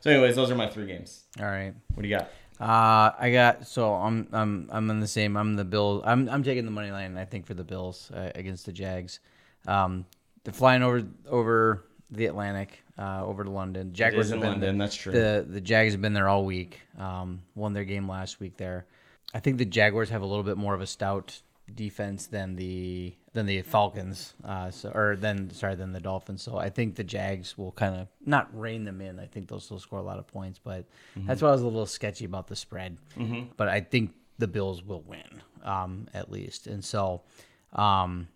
S2: So, anyways, those are my three games.
S4: All right.
S2: What do you got?
S4: Uh, I got so I'm I'm I'm in the same. I'm the Bills. I'm I'm taking the money line. I think for the Bills uh, against the Jags. Um, they're flying over over the Atlantic, uh, over to London. Jaguars
S2: is in
S4: have been
S2: London, that's true.
S4: The the Jags have been there all week. Um, won their game last week there. I think the Jaguars have a little bit more of a stout defense than the than the Falcons. Uh, so or than sorry than the Dolphins. So I think the Jags will kind of not rein them in. I think they'll still score a lot of points, but that's why I was a little sketchy about the spread. But I think the Bills will win um, at least, and so. Um,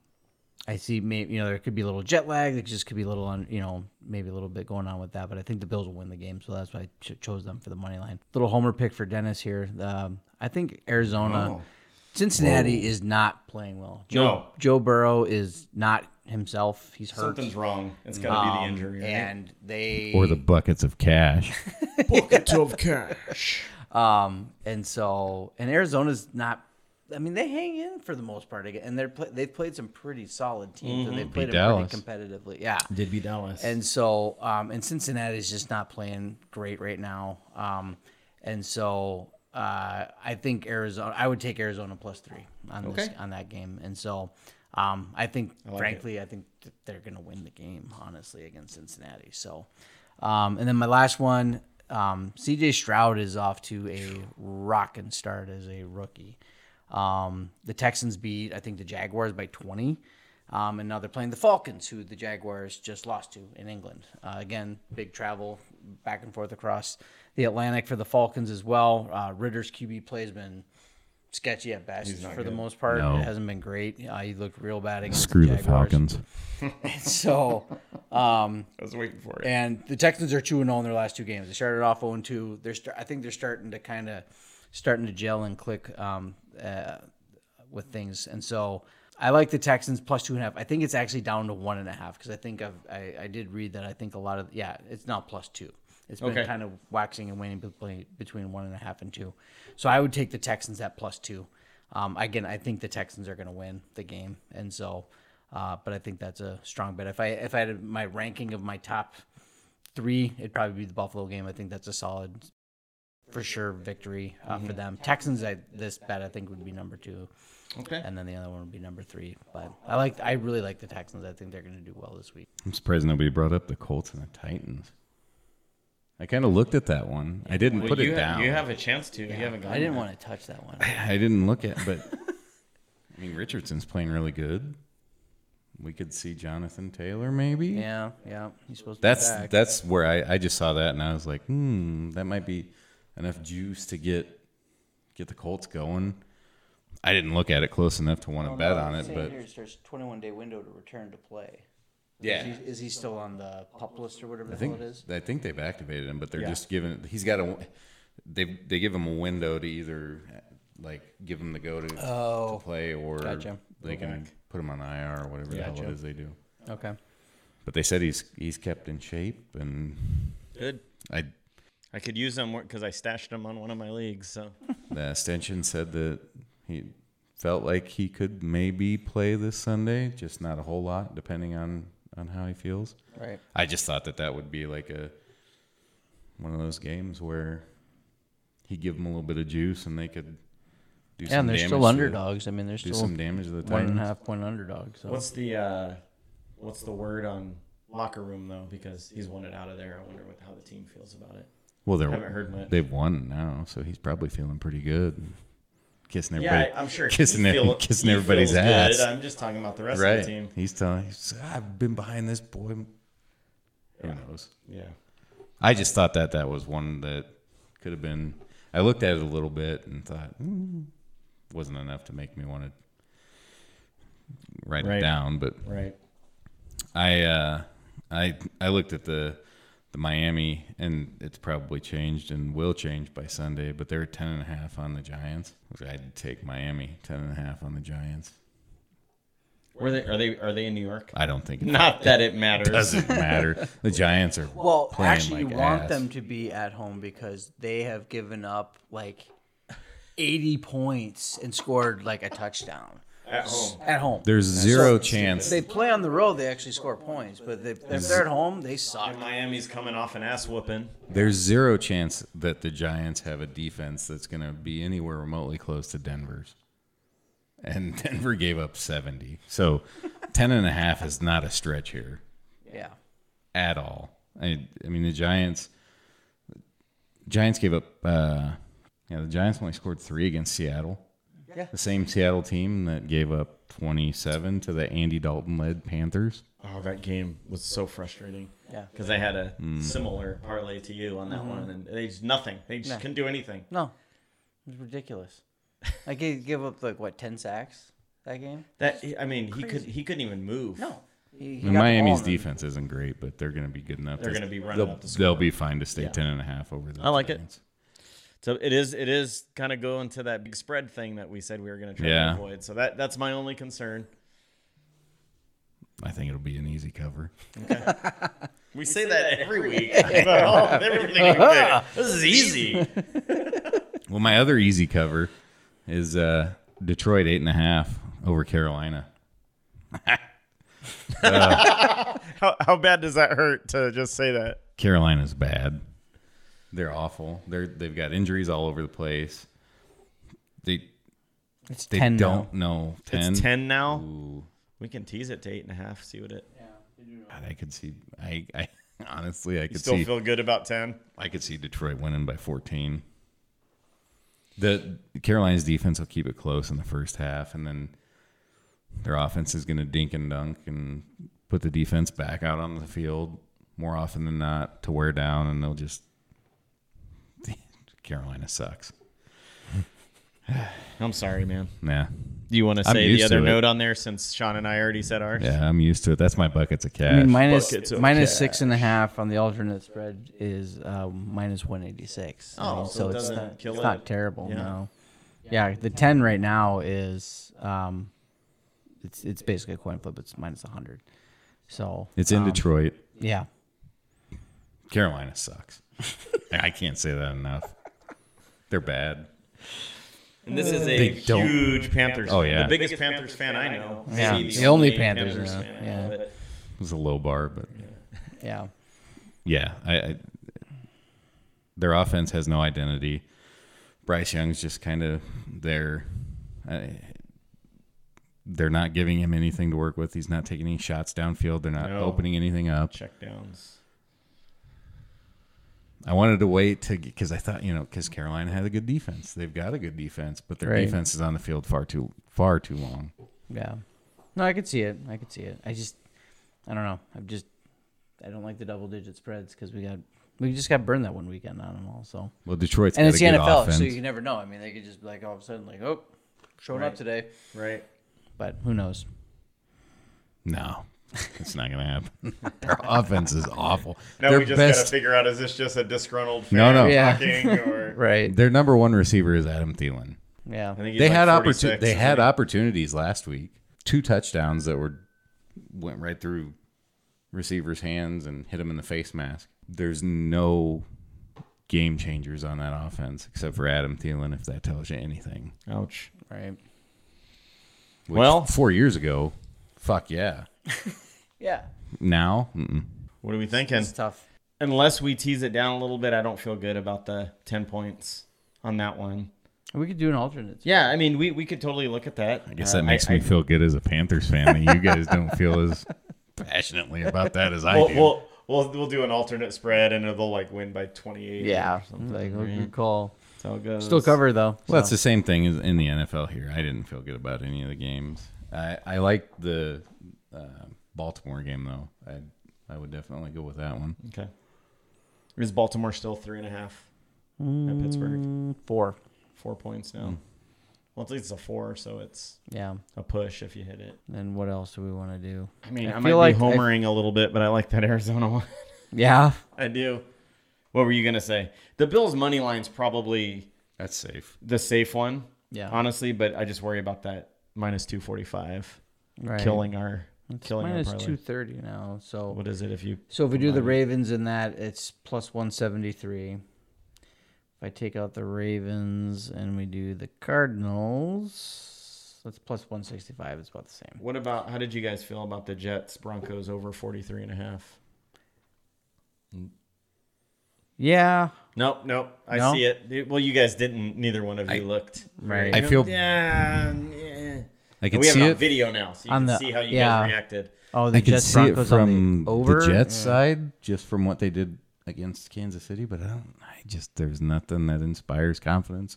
S4: I see. Maybe you know there could be a little jet lag. There just could be a little, on, you know, maybe a little bit going on with that. But I think the Bills will win the game, so that's why I ch- chose them for the money line. Little homer pick for Dennis here. Um, I think Arizona, Cincinnati is not playing well. Joe
S2: Oh. No.
S4: Joe Burrow is not himself. He's hurt.
S2: Something's wrong. It's got to be the
S4: Um,
S2: injury. Right?
S4: and they
S1: Or the buckets of [laughs] cash.
S4: Um, and so, and Arizona's not. I mean, they hang in for the most part, and they're play, they've played some pretty solid teams,
S2: Mm-hmm.
S4: and they've played them
S1: Dallas.
S4: pretty competitively. Yeah,
S2: Did be Dallas.
S4: and so, um, and Cincinnati's just not playing great right now. Um, and so, uh, I think Arizona. I would take Arizona plus three on this,
S2: Okay.
S4: on that game. And so, um, I think,
S2: like
S4: frankly, I think th- they're going to win the game honestly against Cincinnati. So, um, and then my last one, um, C.J. Stroud is off to a rockin' start as a rookie. Um, the Texans beat, I think, the Jaguars by 20. Um, and now they're playing the Falcons, who the Jaguars just lost to in England. Uh, again, big travel back and forth across the Atlantic for the Falcons as well. Uh, Ritter's QB play has been sketchy at best for the most part.
S1: No.
S4: It hasn't been great. Uh, he looked real bad against
S1: Screw
S4: the
S1: the
S4: Jaguars.
S1: Falcons.
S4: [laughs] So, um,
S2: I was waiting for it.
S4: and the Texans are two and zero in their last two games. They started off zero and two. They're st- I think they're starting to kind of starting to gel and click um, uh, with things. And so I like the Texans plus two and a half. I think it's actually down to one and a half because I think I've, I I did read that I think a lot of yeah it's now plus two. It's been
S2: Okay.
S4: kind of waxing and waning between between one and a half and two. So I would take the Texans at plus two. Um, again, I think the Texans are going to win the game, and so. Uh, but I think that's a strong bet. If I if I had my ranking of my top three, it'd probably be the Buffalo game. I think that's a solid, for sure victory uh,
S2: Mm-hmm.
S4: for them. Texans, I, this bet I think would be number two,
S2: okay.
S4: and then the other one would be number three. But I like, I really like the Texans. I think they're going to do well this week.
S1: I'm surprised nobody brought up the Colts and the Titans. I kind of looked at that one. I didn't
S2: Well,
S1: put
S2: you
S1: it
S2: ha-
S1: down.
S2: You have a chance to. You haven't got.
S4: I didn't want to touch that one.
S1: [laughs] I didn't look at,
S2: [laughs]
S1: but I mean Richardson's playing really good. We could see Jonathan Taylor maybe.
S4: [laughs] Yeah, yeah, he's supposed to.
S1: That's
S4: be back.
S1: that's where I, I just saw that and I was like, hmm, that might be enough juice to get get the Colts going. I didn't look at it close enough to want to bet on it, but
S4: starts twenty-one day window to return to play.
S1: yeah,
S4: Is, he, still on the pup list or whatever
S1: I
S4: the hell
S1: think
S4: it is?
S1: I think they've activated him, but they're
S2: Yeah.
S1: just giving. He's got a. they they give them a window to either like give them the go to,
S4: Oh.
S1: to play or
S4: Gotcha.
S1: they can put him on IR or whatever the hell
S4: Gotcha.
S1: it is they do.
S4: Okay.
S1: But they said he's he's kept in shape, and
S2: Good.
S1: I
S2: I could use them because I stashed them on one of my leagues. So
S1: the extension said that he felt like he could maybe play this Sunday, just not a whole lot, depending on on how he feels.
S4: Right.
S1: I just thought that that would be like a one of those games where he give them a little bit of juice and they could do
S4: Yeah,
S1: some
S4: and they're
S1: damage.
S4: still
S1: to-
S4: underdogs. I mean, they're
S1: Do
S4: still
S1: some damage to the
S4: one and a
S1: Titans.
S4: half point underdogs. So.
S2: what's the uh, what's the word on locker room though? Because he's wanted out of there. I wonder what how the team feels about it.
S1: Well,
S2: I haven't
S1: they're
S2: heard much.
S1: they've won now, so he's probably feeling pretty good, kissing everybody.
S2: yeah, I- I'm sure
S1: kissing
S2: he
S1: it-
S2: feel-
S1: kissing
S2: he
S1: everybody's
S2: feels good.
S1: ass.
S2: I'm just talking about the rest of
S1: right?
S2: the team.
S1: He's telling. He's, I've been behind this boy. Who knows?
S2: Yeah,
S1: I just thought that that was one that could have been. I looked at it a little bit and thought mm, wasn't enough to make me want to write
S2: Right.
S1: it down. But
S2: right.
S1: I uh, I I looked at the the Miami and it's probably changed and will change by Sunday. But they're ten and a half on the Giants. I'd take Miami ten and a half on the Giants.
S2: Were they are they are they in
S1: [laughs]
S2: New York?
S1: I don't think it
S2: Not that it matters.
S1: doesn't
S2: [laughs]
S1: matter. The Giants are
S4: Well,
S1: playing
S4: actually,
S1: like
S4: you want
S1: ass.
S4: them to be at home because they have given up like 80 points and scored like a touchdown
S2: At home.
S4: at home.
S1: There's zero
S4: So,
S1: chance.
S4: They play on the road, they actually score points, but they, if they're at home, they suck.
S2: Miami's coming off an ass whooping.
S1: There's zero chance that the Giants have a defense that's going to be anywhere remotely close to Denver's. And [laughs] Denver gave up 70. So [laughs] 10 and a half is not a stretch here
S4: Yeah.
S1: at all. I, I mean, the Giants Giants gave up uh yeah, the Giants only scored 3 against Seattle.
S4: Yeah.
S1: The same Seattle team that gave up 27 to the Andy Dalton led Panthers.
S2: Oh, that game was so frustrating.
S4: Yeah.
S2: Because I had a
S1: Mm.
S2: similar parlay to you on that one, and they just nothing. They just couldn't do anything.
S4: No, it's ridiculous. I gave, give up like what 10 sacks that game?
S2: That I mean, he could he couldn't even move.
S4: No. He, he
S1: I mean,
S4: got the ball
S1: Miami's
S4: in them.
S1: defense isn't great, but they're going to be good enough.
S2: They're
S1: to-
S2: gonna be running
S1: they'll,
S2: up the score.
S1: they'll be fine to stay ten and a half over the
S2: I like it.
S1: Giants.
S2: So it is it is kind of going to that big spread thing that we said we were going to try
S1: Yeah.
S2: to avoid. So that that's my only concern.
S1: I think it'll be an easy cover.
S2: We say that every week.
S1: [laughs]
S2: [laughs] about everything we do. This is easy.
S1: Well, my other easy cover is uh, Detroit eight and a half over Carolina.
S2: How, how bad does that hurt to just say that?
S1: Carolina's bad. They're awful. They're they've got injuries all over the place. They
S4: It's
S1: they
S4: 10 now.
S1: don't know ten.
S2: It's ten now.
S1: Ooh,
S2: We can tease it to eight and a half. See what it.
S1: God, I could see. I, I [laughs] honestly, I
S2: You
S1: could
S2: still
S1: see.
S2: feel good about ten?
S1: I could see Detroit winning by 14. The Carolina's defense will keep it close in the first half, and then their offense is going to dink and dunk and put the defense back out on the field more often than not to wear down, and they'll just. [laughs] Carolina sucks.
S2: I'm sorry, man.
S1: Nah.
S2: Do you want to
S1: I'm
S2: say the
S1: used
S2: other
S1: to it.
S2: note on there since Sean and I already said ours?
S1: Yeah, I'm used to it. That's my buckets of cash.
S4: I mean, minus,
S2: buckets of
S4: minus six and a half on the alternate spread is uh, minus 186. I
S2: Oh,
S4: mean,
S2: so it
S4: it's,
S2: doesn't
S4: not,
S2: kill
S4: it's
S2: it.
S4: not terrible.
S2: Yeah.
S4: No. Yeah, the 10 right now is um, it's it's basically a coin flip. It's minus 100. So
S1: it's in
S4: um,
S1: Detroit.
S4: Yeah.
S1: Carolina sucks. [laughs] I can't say that enough. They're bad.
S2: And this is
S1: They
S2: a
S1: don't-
S2: huge Panthers.
S1: Oh,
S2: fan.
S1: yeah.
S2: The biggest Panthers fan I know.
S4: Yeah.
S2: Maybe
S4: The only Panthers fan,
S2: fan I
S4: yeah.
S2: know, but
S1: It was a low bar, but.
S4: Yeah.
S1: Yeah, I, I their offense has no identity. Bryce Young's just kind of there. I, they're not giving him anything to work with. He's not taking any shots downfield. They're not
S2: No.
S1: opening anything up.
S2: Check downs.
S1: I wanted to wait to because I thought you know because Carolina had a good defense. They've got a good defense, but their
S4: Right.
S1: defense is on the field far too far too long.
S4: Yeah. No, I could see it. I could see it. I just, I don't know. I'm just, I don't like the double digit spreads because we got, we just got burned that one weekend on them all. So,
S1: Well, Detroit's
S4: and
S1: got
S4: it's
S1: a
S4: the
S1: good
S4: NFL,
S1: offense.
S4: so you never know. I mean, they could just be like all of a sudden, like, oh, showing up today.
S2: Right.
S4: But who knows?
S1: no, It's not gonna happen. [laughs] Their offense is awful.
S2: Now
S1: Their
S2: we just got to
S1: best,
S2: figure out is this just a disgruntled fan
S1: No, no.
S4: Yeah.
S2: talking, [laughs] or
S4: Right.
S1: their number one receiver is Adam Thielen.
S4: Yeah.
S2: I think he's
S1: They
S2: like
S1: had
S2: 46
S1: opportunities.
S2: or
S1: They had
S2: something.
S1: opportunities last week. Two touchdowns that were went right through receivers' hands and hit him in the face mask. There's no game changers on that offense except for Adam Thielen. If that tells you anything.
S2: Ouch.
S4: Right.
S1: Which
S2: Well-
S1: four years ago, fuck yeah.
S4: Yeah.
S1: Now, mm-mm.
S2: What are we thinking?
S4: It's tough.
S2: Unless we tease it down a little bit, I don't feel good about the ten points on that one.
S4: We could do an alternate.
S2: Yeah, I mean, we, we could totally look at that. Uh,
S1: I guess that makes me feel good as a Panthers fan that you guys don't feel as [laughs] passionately about that as I
S2: We'll,
S1: do.
S2: we'll we'll we'll do an alternate spread, and it'll like win by twenty eight.
S4: Yeah.
S2: or something.
S4: Like
S2: right?
S4: good call.
S2: Mm-hmm. That's how it goes.
S4: Still cover though.
S1: Well, it's
S4: so.
S1: the same thing as in the NFL here. I didn't feel good about any of the games. I, I like the uh, Baltimore game though. I I would definitely go with that one.
S2: Okay. Is Baltimore still three and a half at Pittsburgh?
S4: Mm, four.
S2: Four points now. Well, at least it's a four, so it's
S4: Yeah.
S2: a push if you hit it.
S4: And what else do we want to do?
S2: I mean,
S4: I
S2: I,
S4: feel
S2: might
S4: like I-
S2: be homering a little bit, but I like that Arizona [laughs] one.
S4: Yeah.
S2: I do. What were you gonna say? The Bills money line's probably
S1: That's safe.
S2: the safe one.
S4: Yeah.
S2: Honestly, but I just worry about that minus two forty five
S4: Right.
S2: killing our killing
S4: Minus
S2: our parlay.
S4: two thirty now. So
S2: What is it if you?
S4: so if we do the Ravens in that, it's plus one seventy three. If I take out the Ravens and we do the Cardinals, that's plus one sixty five. It's about the same.
S2: What about how did you guys feel about the Jets Broncos over 43 and a half?
S4: Yeah.
S2: Nope, nope. I
S4: No?
S2: see it. It- Well, you guys didn't. Neither one of you looked.
S4: Right.
S1: I feel-
S2: Yeah. yeah.
S1: I
S2: And
S1: could
S2: we have
S1: see
S2: it on
S1: it.
S2: video now, so you
S4: On
S2: can
S4: the-
S2: see how you
S4: yeah.
S2: guys reacted.
S4: Oh, the
S1: I could
S4: Jets
S1: see it
S4: Broncos
S1: from
S4: on
S1: the,
S4: the over.
S1: Jets side, just from what they did against Kansas City. But I don't. I just there's nothing that inspires confidence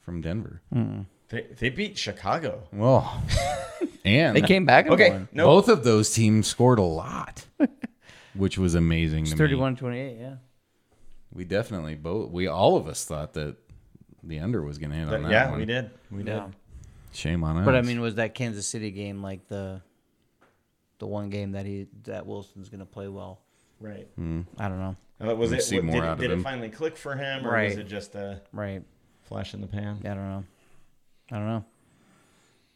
S1: from Denver.
S2: They, they beat Chicago.
S1: Well, and
S4: They came back. And
S2: Okay,
S4: Won.
S2: no.
S1: both of those teams scored a lot, which was amazing. To me.
S4: 31 28, yeah.
S1: We definitely both. We all of us thought that the under was going to hit on that
S2: yeah,
S1: one.
S2: we did. We did.
S4: Yeah.
S1: Shame on us.
S4: But I mean, was that Kansas City game like the the one game that he that Wilson's going to play well?
S2: Right.
S4: I don't know.
S2: Uh, was
S1: We'll
S2: it?
S1: see
S2: what-
S1: more
S2: did
S1: out of
S2: did
S1: him.
S2: it finally click for him, or was
S4: Right.
S2: it just a
S4: Right.
S2: flash in the pan?
S4: Yeah, I don't know. I don't know.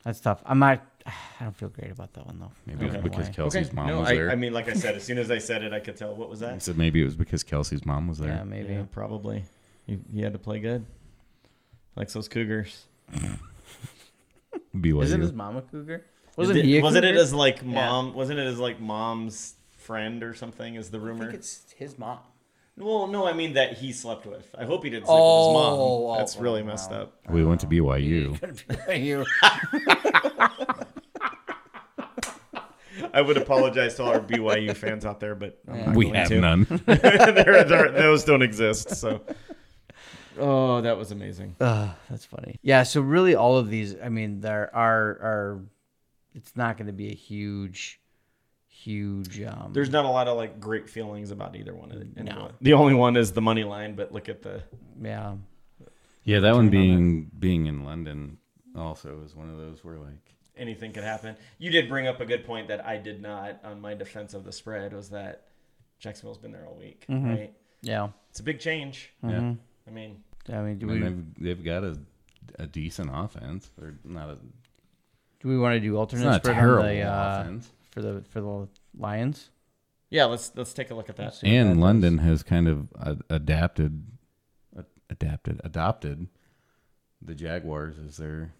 S4: That's tough. I'm not [sighs] I don't feel great about that one though.
S1: maybe it
S2: Okay.
S1: was because
S4: Why?
S1: Kelsey's mom
S2: no,
S1: was
S2: I,
S1: there.
S2: I mean, like I said, as soon as I said it, I could tell what was
S1: I
S2: that.
S1: said maybe it was because Kelsey's mom was
S4: Yeah,
S1: there.
S4: maybe.
S2: Yeah, probably. He, he had to play good. Likes those Cougars.
S1: BYU.
S4: Isn't his mom a cougar?
S2: Is
S4: Wasn't
S2: it,
S4: he a
S2: wasn't it
S4: cougar?
S2: his like mom? Wasn't it his like mom's friend or something? Is the
S4: I
S2: rumor?
S4: think it's his mom.
S2: Well, no, I mean that he slept with. I hope he didn't sleep with his
S4: Oh,
S2: mom. That's
S4: oh,
S2: really
S4: oh,
S2: messed
S4: wow.
S2: up.
S1: we went to
S4: [laughs]
S1: BYU.
S4: You-
S2: I would apologize to all our BYU fans out there, but I'm not
S1: we
S2: going
S1: have
S2: to.
S4: [laughs]
S1: none.
S2: [laughs] There- there- those don't exist. So, oh, that was amazing.
S4: Ugh, that's funny. Yeah, so really all of these, I mean, there are are it's not going to be a huge huge um
S2: There's not a lot of like great feelings about either one of them.
S4: No.
S2: The only one is the money line, but look at the
S4: yeah.
S1: yeah, that one being being in London also is one of those where like
S2: anything could happen. You did bring up a good point that I did not on my defense of the spread was that Jacksonville's been there all week,
S4: Mm-hmm.
S2: right?
S4: Yeah. Mm-hmm.
S2: It's a big change.
S1: yeah,
S2: I mean,
S4: I mean,
S1: and
S4: do we
S1: they've they've got a a decent offense. They're not a
S4: do we want to do
S1: it's
S4: alternate
S1: not a
S4: spread
S1: terrible
S4: on the uh,
S1: offense.
S4: for the for the Lions?
S2: yeah, let's let's take a look at that.
S4: See what that
S1: And
S4: does.
S1: London has kind of uh, adapted, ad- adapted, adopted the Jaguars as their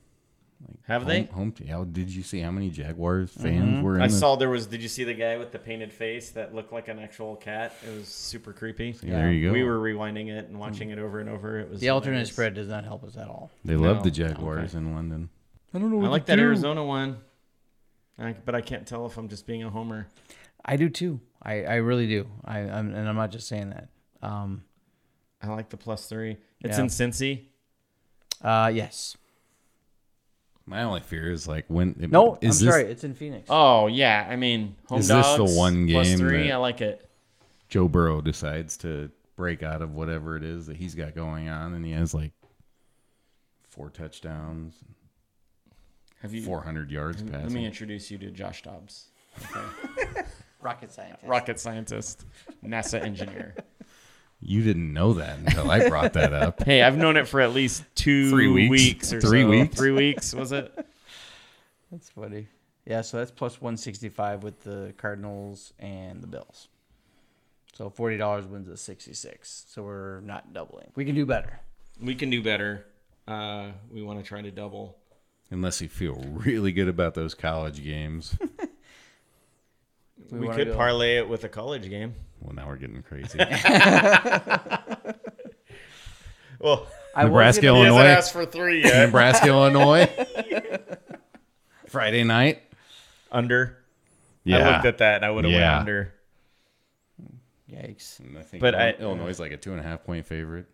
S1: like
S2: Have
S1: home,
S2: they? Mm-hmm.
S1: home team. How did you see how many Jaguars fans were in?
S2: I
S1: the-
S2: saw there was. Did you see the guy with the painted face that looked like an actual cat? It was super creepy.
S1: See, There you go.
S2: We were rewinding it and watching it over and over. It was
S4: The alternate
S2: hilarious.
S4: spread does not help us at all.
S1: they love the
S2: No.
S1: Jaguars in London. I don't know.
S2: I
S1: What
S2: like
S1: to
S2: that
S1: do.
S2: Arizona one, I, but I can't tell if I'm just being a homer.
S4: I do too. I, I really do. I I'm, and I'm not just saying that. Um.
S2: I like the plus three. It's
S4: Yeah.
S2: in Cincy.
S4: Uh. Yes.
S1: My only fear is like when. it-
S4: No.
S1: is
S4: I'm
S1: this
S4: sorry. It's in Phoenix.
S2: Oh yeah, I mean home
S1: Is this
S2: dogs.
S1: the one
S2: plus
S1: game
S2: three?
S1: that-
S2: I like it.
S1: Joe Burrow decides to break out of whatever it is that he's got going on, and he has like four touchdowns,
S2: Have you?
S1: four hundred yards
S2: Let me
S1: passing.
S2: introduce you to Josh Dobbs.
S4: Rocket scientist.
S2: [laughs] rocket scientist, NASA engineer.
S1: You didn't know that until I brought that
S2: [laughs]
S1: up.
S2: Hey, I've known it for at least two
S1: Three weeks.
S2: or
S1: Three
S2: so.
S1: weeks.
S2: Three weeks was it?
S4: That's funny. Yeah, so that's plus 165 with the Cardinals and the Bills. So $40 wins us 66. So we're not doubling. We can do better.
S2: We can do better. Uh, we want to try to double.
S1: Unless you feel really good about those college games.
S2: We,
S4: wanna
S2: could
S4: go-
S2: parlay it with a college game.
S1: Well, now we're getting
S2: [laughs]
S1: crazy.
S2: Well,
S4: I was
S1: Nebraska,
S4: gonna-
S2: [laughs] he hasn't
S1: Illinois.
S2: asked for three yet.
S1: Nebraska, Illinois. Friday night.
S2: [laughs] under.
S1: Yeah.
S2: I looked at that and I would have
S1: Yeah.
S2: went under.
S4: Yikes.
S1: And I think
S2: But I-
S1: Illinois is like a two and a half point favorite.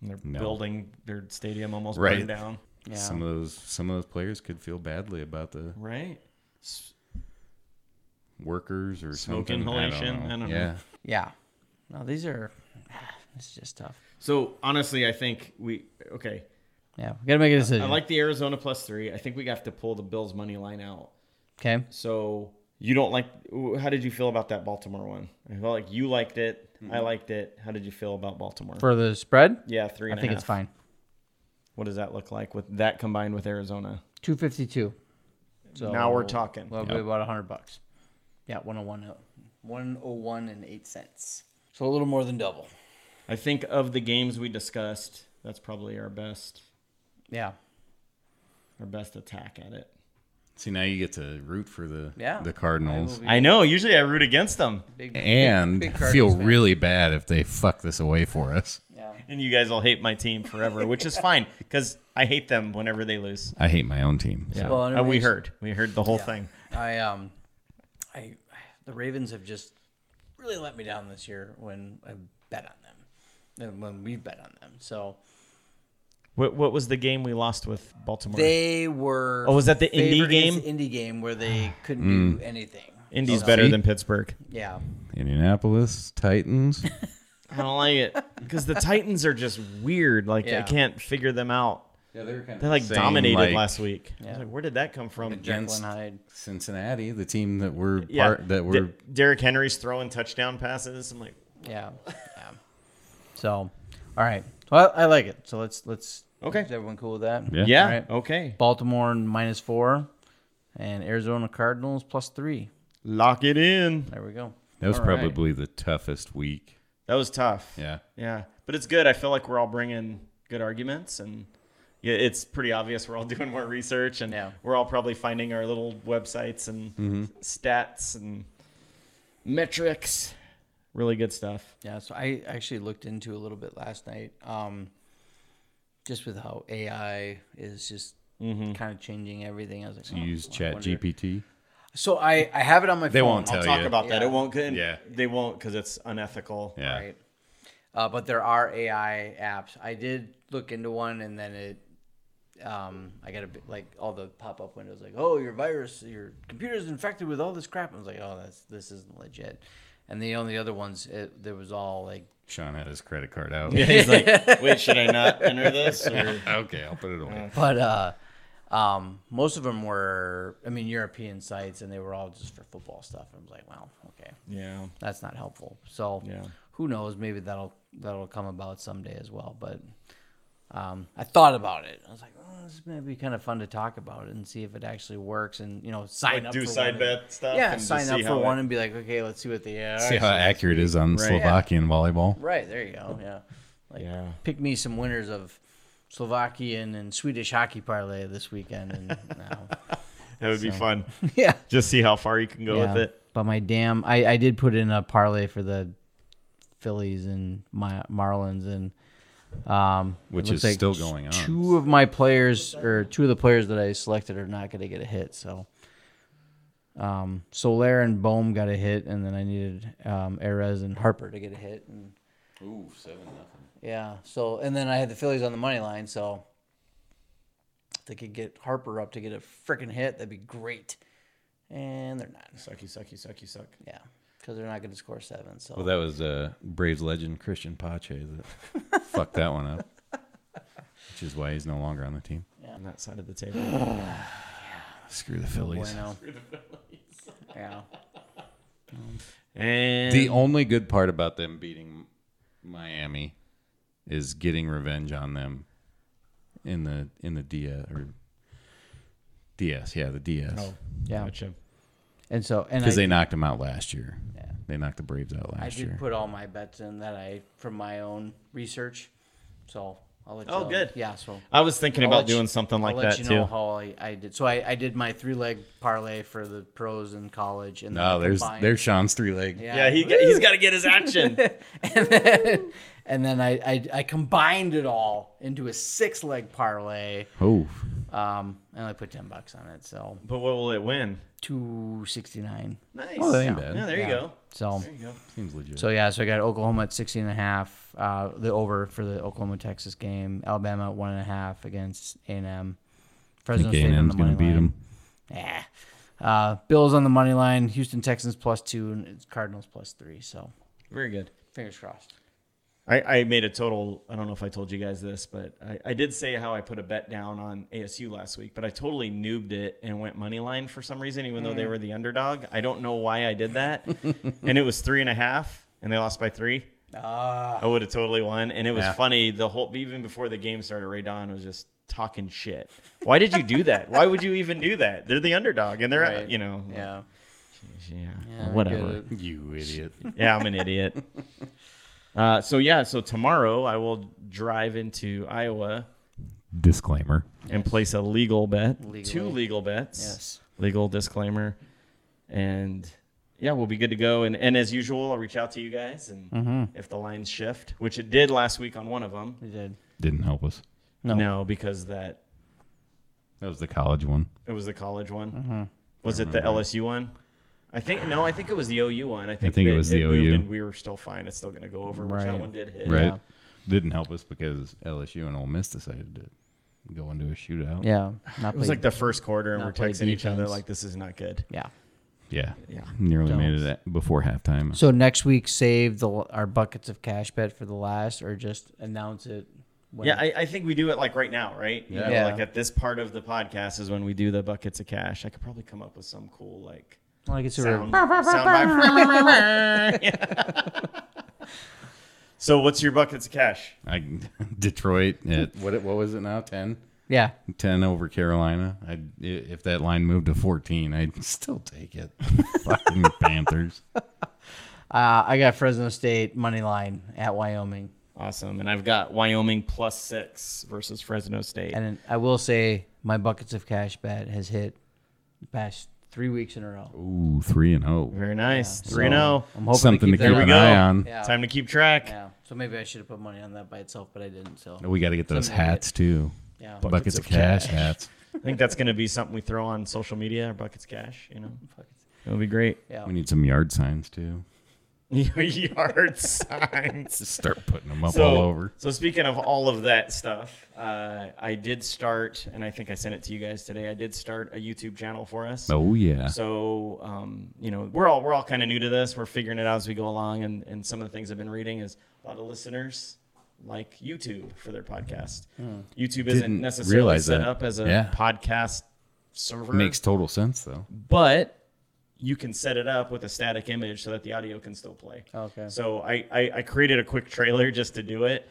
S2: And They're
S1: No.
S2: building their stadium almost
S1: Right.
S2: burned down.
S4: Yeah.
S1: Some of those some of those players could feel badly about the
S2: Right.
S1: workers or
S2: Smoke
S1: something.
S2: inhalation?
S1: I don't know.
S2: I don't know.
S1: yeah.
S4: yeah. No, these are. [sighs] This is just tough.
S2: So honestly, I think we okay.
S4: Yeah, we got to make a
S2: I
S4: decision.
S2: like the Arizona plus three. I think we have to pull the Bills money line out.
S4: okay.
S2: So you don't like? How did you feel about that Baltimore one? I felt like you liked it.
S4: Mm-hmm.
S2: I liked it. How did you feel about Baltimore?
S4: For the spread,
S2: yeah, three.
S4: I
S2: and a
S4: think it's
S2: half.
S4: fine.
S2: What does that look like with that combined with Arizona?
S4: 252. So
S2: Now we're talking.
S4: Well, be about 100 bucks. Yeah, 101. 101 and 8 cents. So a little more than double.
S2: I think of the games we discussed, that's probably our best,
S4: Yeah.
S2: our best attack at it.
S1: See now you get to root for the
S4: Yeah.
S1: the Cardinals.
S4: I will be-
S2: I know. Usually I root against them,
S4: Big,
S1: And
S4: big- big Cardinals
S1: feel
S4: fan.
S1: really bad if they fuck this away for us.
S4: Yeah.
S2: and you guys will hate my team forever, which is fine because I hate them whenever they lose.
S1: I hate my own team. So.
S2: Yeah.
S4: Well,
S2: Uh, we
S4: anyways-
S2: heard. We heard the whole thing.
S4: I um, I the Ravens have just really let me down this year when I bet on them, and when we bet on them. So
S2: What, what was the game we lost with Baltimore?
S4: they were.
S2: Oh, was that the Indy
S4: favored
S2: game?
S4: against
S2: Mm.
S4: the Indie game where they couldn't do anything.
S2: Indy's
S4: So,
S2: better
S1: See?
S2: than Pittsburgh.
S4: Yeah,
S1: Indianapolis Titans.
S2: I don't like it
S4: [laughs]
S2: because the Titans are just weird. Like I
S4: Yeah.
S2: can't figure them out.
S1: yeah, they were kind of
S2: They like dominated last week. I was
S4: Yeah.
S2: like, where did that come from?
S4: Jacqueline Hyde.
S1: Cincinnati, the team that were
S2: Yeah,
S1: part that were
S2: D- Derrick Henry's throwing touchdown passes. I'm like,
S4: [laughs] Yeah, yeah. So, all right. Well, I like it. So let's let's.
S2: Okay.
S4: Is everyone cool with that?
S1: Yeah.
S2: yeah,
S4: All right.
S2: okay,
S4: Baltimore minus four, and Arizona Cardinals plus three.
S2: lock it in.
S4: There we go.
S1: that was
S2: All right.
S1: probably the toughest week.
S2: That was tough.
S1: Yeah.
S2: Yeah, but it's good. I feel like we're all bringing good arguments, and yeah, it's pretty obvious we're all [laughs] doing more research, and
S4: Yeah.
S2: we're all probably finding our little websites and stats and metrics. Really good stuff.
S4: Yeah, so I actually looked into a little bit last night, um, just with how AI is just
S1: Mm-hmm.
S4: kind of changing everything. I was like, oh,
S1: Use
S4: I
S1: Chat
S4: wonder-
S1: GPT.
S4: So I, I have it on my
S1: They
S4: phone.
S1: won't
S4: I'll
S1: tell
S2: Talk
S1: you.
S2: about that.
S4: Yeah.
S2: It won't. Good.
S1: Yeah.
S2: They won't because it's unethical.
S1: Yeah.
S4: Right. Uh, but there are AI apps. I did look into one, and then it, um, I got a bit like all the pop up windows, like, oh, your virus, your computer's infected with all this crap. I was like, oh, that's this isn't legit. And the only other ones, it, there was all like, [laughs]
S1: Sean had his credit card out.
S2: [laughs] He's like, wait, should I [laughs] not enter this? Or
S1: [laughs] okay, I'll put it away.
S4: but uh, um, most of them were, I mean, European sites, and they were all just for football stuff. I was like, well, okay,
S2: yeah.
S4: that's not helpful. So
S2: Yeah.
S4: who knows? Maybe that'll that'll come about someday as well. But um, I thought about it. I was like, oh, this is gonna be kind of fun to talk about it and see if it actually works, and you know, sign
S2: Like
S4: up
S2: do
S4: for
S2: side
S4: one and-
S2: bet stuff.
S4: Yeah,
S2: and just
S4: sign up
S2: see
S4: for
S2: how it-
S4: one and be like, okay, let's see what the uh,
S1: See how accurate it is on Slovakian volleyball.
S4: Right there you go. Yeah, like
S2: Yeah.
S4: pick me some winners of Slovakian and Swedish hockey parlay this weekend,
S2: [laughs]
S4: and no.
S2: That would be fun. [laughs]
S4: yeah.
S2: Just see how far you can go with
S4: Yeah,
S2: it.
S4: But my damn, I, I did put in a parlay for the Phillies and my Marlins and um, it
S1: Which
S4: looks
S1: is still going on.
S4: Two of my players or two of the players that I selected are not going to get a hit. So um, Solaire and Bohm got a hit, and then I needed um, Erez and Harper to get a hit. And
S1: Ooh, seven nothing.
S4: yeah, so and then I had the Phillies on the money line, so if they could get Harper up to get a freaking hit, that'd be great. And they're not.
S2: Suck you, suck you, suck you, suck.
S4: Yeah, because they're not going to score seven. So
S1: Well, that was uh, Braves legend Christian Pache that [laughs] fucked that one up, which is why he's no longer on the team.
S2: On that side of the table.
S1: Screw the Phillies.
S4: Bueno. yeah.
S2: And
S1: The only good part about them beating Miami is getting revenge on them in the in the DS or DS, yeah, the DS.
S4: Oh. Yeah.
S2: Gotcha.
S4: And so, and I,
S1: Because they knocked them out last year.
S4: Yeah.
S1: They knocked the Braves out
S4: I
S1: last
S4: did
S1: year.
S4: put all my bets in that I from my own research. So I'll let you
S2: Oh,
S4: know.
S2: good.
S4: Yeah. So
S2: I was thinking
S4: I'll
S2: about
S4: let you-
S2: doing something like
S4: I'll
S2: that
S4: let you know
S2: too.
S4: how I, I did. So I, I did my three leg parlay for the pros in college, and then I
S1: no, Oh, there's
S4: combined-
S1: there's Sean's three leg.
S2: Yeah, he got, he's got to get his
S4: [laughs]
S2: action.
S4: and then I, I I combined it all into a six leg parlay,
S1: Oh.
S4: um, and I put ten bucks on it, so
S2: but what will it win?
S4: two sixty nine.
S2: Nice.
S1: Oh, that ain't bad.
S2: Yeah, there you go.
S4: So
S2: There you go.
S1: Seems legit.
S4: so yeah, so I got Oklahoma at sixteen and a half, uh, the over for the Oklahoma Texas game, Alabama at one and a half against A and M, Fresno State on
S1: A&M's
S4: the
S1: gonna
S4: money
S1: beat
S4: line.
S1: them.
S4: Yeah. Uh, Bills on the money line, Houston Texans plus two, and it's Cardinals plus three. So
S2: Very good.
S4: fingers crossed.
S2: I, I made a total. I don't know if I told you guys this, but I, I did say how I put a bet down on ASU last week, but I totally noobed it and went money line for some reason, even though
S4: Mm.
S2: they were the underdog. I don't know why I did
S4: [laughs]
S2: that. and it was three and a half, and they lost by three.
S4: Ah.
S2: I would have totally won. And it was
S1: Yeah.
S2: funny. The whole even before the game started, Ray Don was just talking shit. Why did you do that? why would you even do that? They're the underdog, and they're
S4: Right.
S2: Uh, you know uh,
S4: Yeah.
S2: yeah,
S4: Yeah, I get
S2: whatever.
S4: it.
S1: You idiot.
S2: yeah, I'm an idiot.
S4: [laughs]
S2: Uh, so yeah, so tomorrow I will drive into Iowa
S1: [laughs] Disclaimer.
S2: and place a legal bet,
S4: Legally.
S2: two legal bets,
S4: Yes.
S2: legal disclaimer, and yeah, we'll be good to go. And and as usual, I'll reach out to you guys, and
S4: Mm-hmm.
S2: if the lines shift, which it did last week on one of them,
S4: We did.
S1: Didn't help us.
S4: No.
S2: no, because that
S1: That was the college one.
S2: it was the college one,
S4: Mm-hmm.
S2: was it the LSU one? I think no, I think it was the OU one. I think,
S1: think it
S2: that
S1: was the
S2: moved
S1: OU.
S2: and we were still fine. It's still going to go over. Which that
S4: Right.
S2: one did hit.
S1: Right.
S4: Yeah.
S1: Didn't help us because LSU and Ole Miss decided to go into a shootout.
S4: Yeah. Not
S2: It was like the first quarter, and
S4: Not
S2: we're
S4: play
S2: texting each other
S4: defense.
S2: like, "This is not good."
S4: yeah.
S1: Yeah.
S2: Yeah.
S1: Nearly
S4: Don't.
S1: made it at- before halftime.
S4: So next week, save the our buckets of cash bet for the last, or just announce it. When
S2: Yeah, I, I think we do it like right now, right? You know,
S4: Yeah.
S2: Like at this part of the podcast is when we do the buckets of cash. I could probably come up with some cool like
S4: like it's
S2: sound,
S4: a
S2: sound vibe. so, what's your buckets of cash?
S1: I, [laughs] Detroit at [laughs] what it- what was it now? 10?
S4: yeah.
S1: 10 over Carolina. I if that line moved to 14, I'd [laughs] still take
S4: [laughs]
S1: it. Fucking Panthers.
S4: Uh, I got Fresno State money line at Wyoming,
S2: Awesome. And I've got Wyoming plus six versus Fresno State.
S4: and then I will say my buckets of cash bet has hit the past three weeks in a row.
S1: Ooh, 3 and 0.
S2: Very nice.
S4: So
S2: Three and zero.
S4: I'm hoping
S1: Something to
S4: keep that
S1: keep
S4: up.
S1: an eye on.
S4: Yeah.
S2: Time to keep track.
S4: Yeah. So maybe I should have put money on that by itself, but I didn't. So
S1: We got to get those
S4: Something to get.
S1: hats too.
S4: yeah,
S1: Buckets,
S2: Buckets
S1: of
S2: of
S1: cash,
S2: cash.
S1: hats.
S2: I think that's going to be something we throw on social media. Our buckets of cash. You know, it'll be
S4: [laughs]
S2: great. [laughs]
S4: yeah.
S1: We need some yard signs too.
S2: yard signs.
S1: Just start putting them up
S2: So,
S1: all over.
S2: so speaking of all of that stuff, uh, I did start, and I think I sent it to you guys today. I did start a YouTube channel for us.
S1: Oh yeah.
S2: So um, you know, we're all we're all kind of new to this. We're figuring it out as we go along, and and some of the things I've been reading is a lot of listeners like YouTube for their podcast. YouTube isn't
S1: Didn't
S2: necessarily
S1: realize
S2: set
S1: that.
S2: up as a
S1: Yeah.
S2: podcast server.
S1: Makes total sense though.
S2: but you can set it up with a static image so that the audio can still play.
S4: Okay.
S2: So I, I, I created a quick trailer just to do it,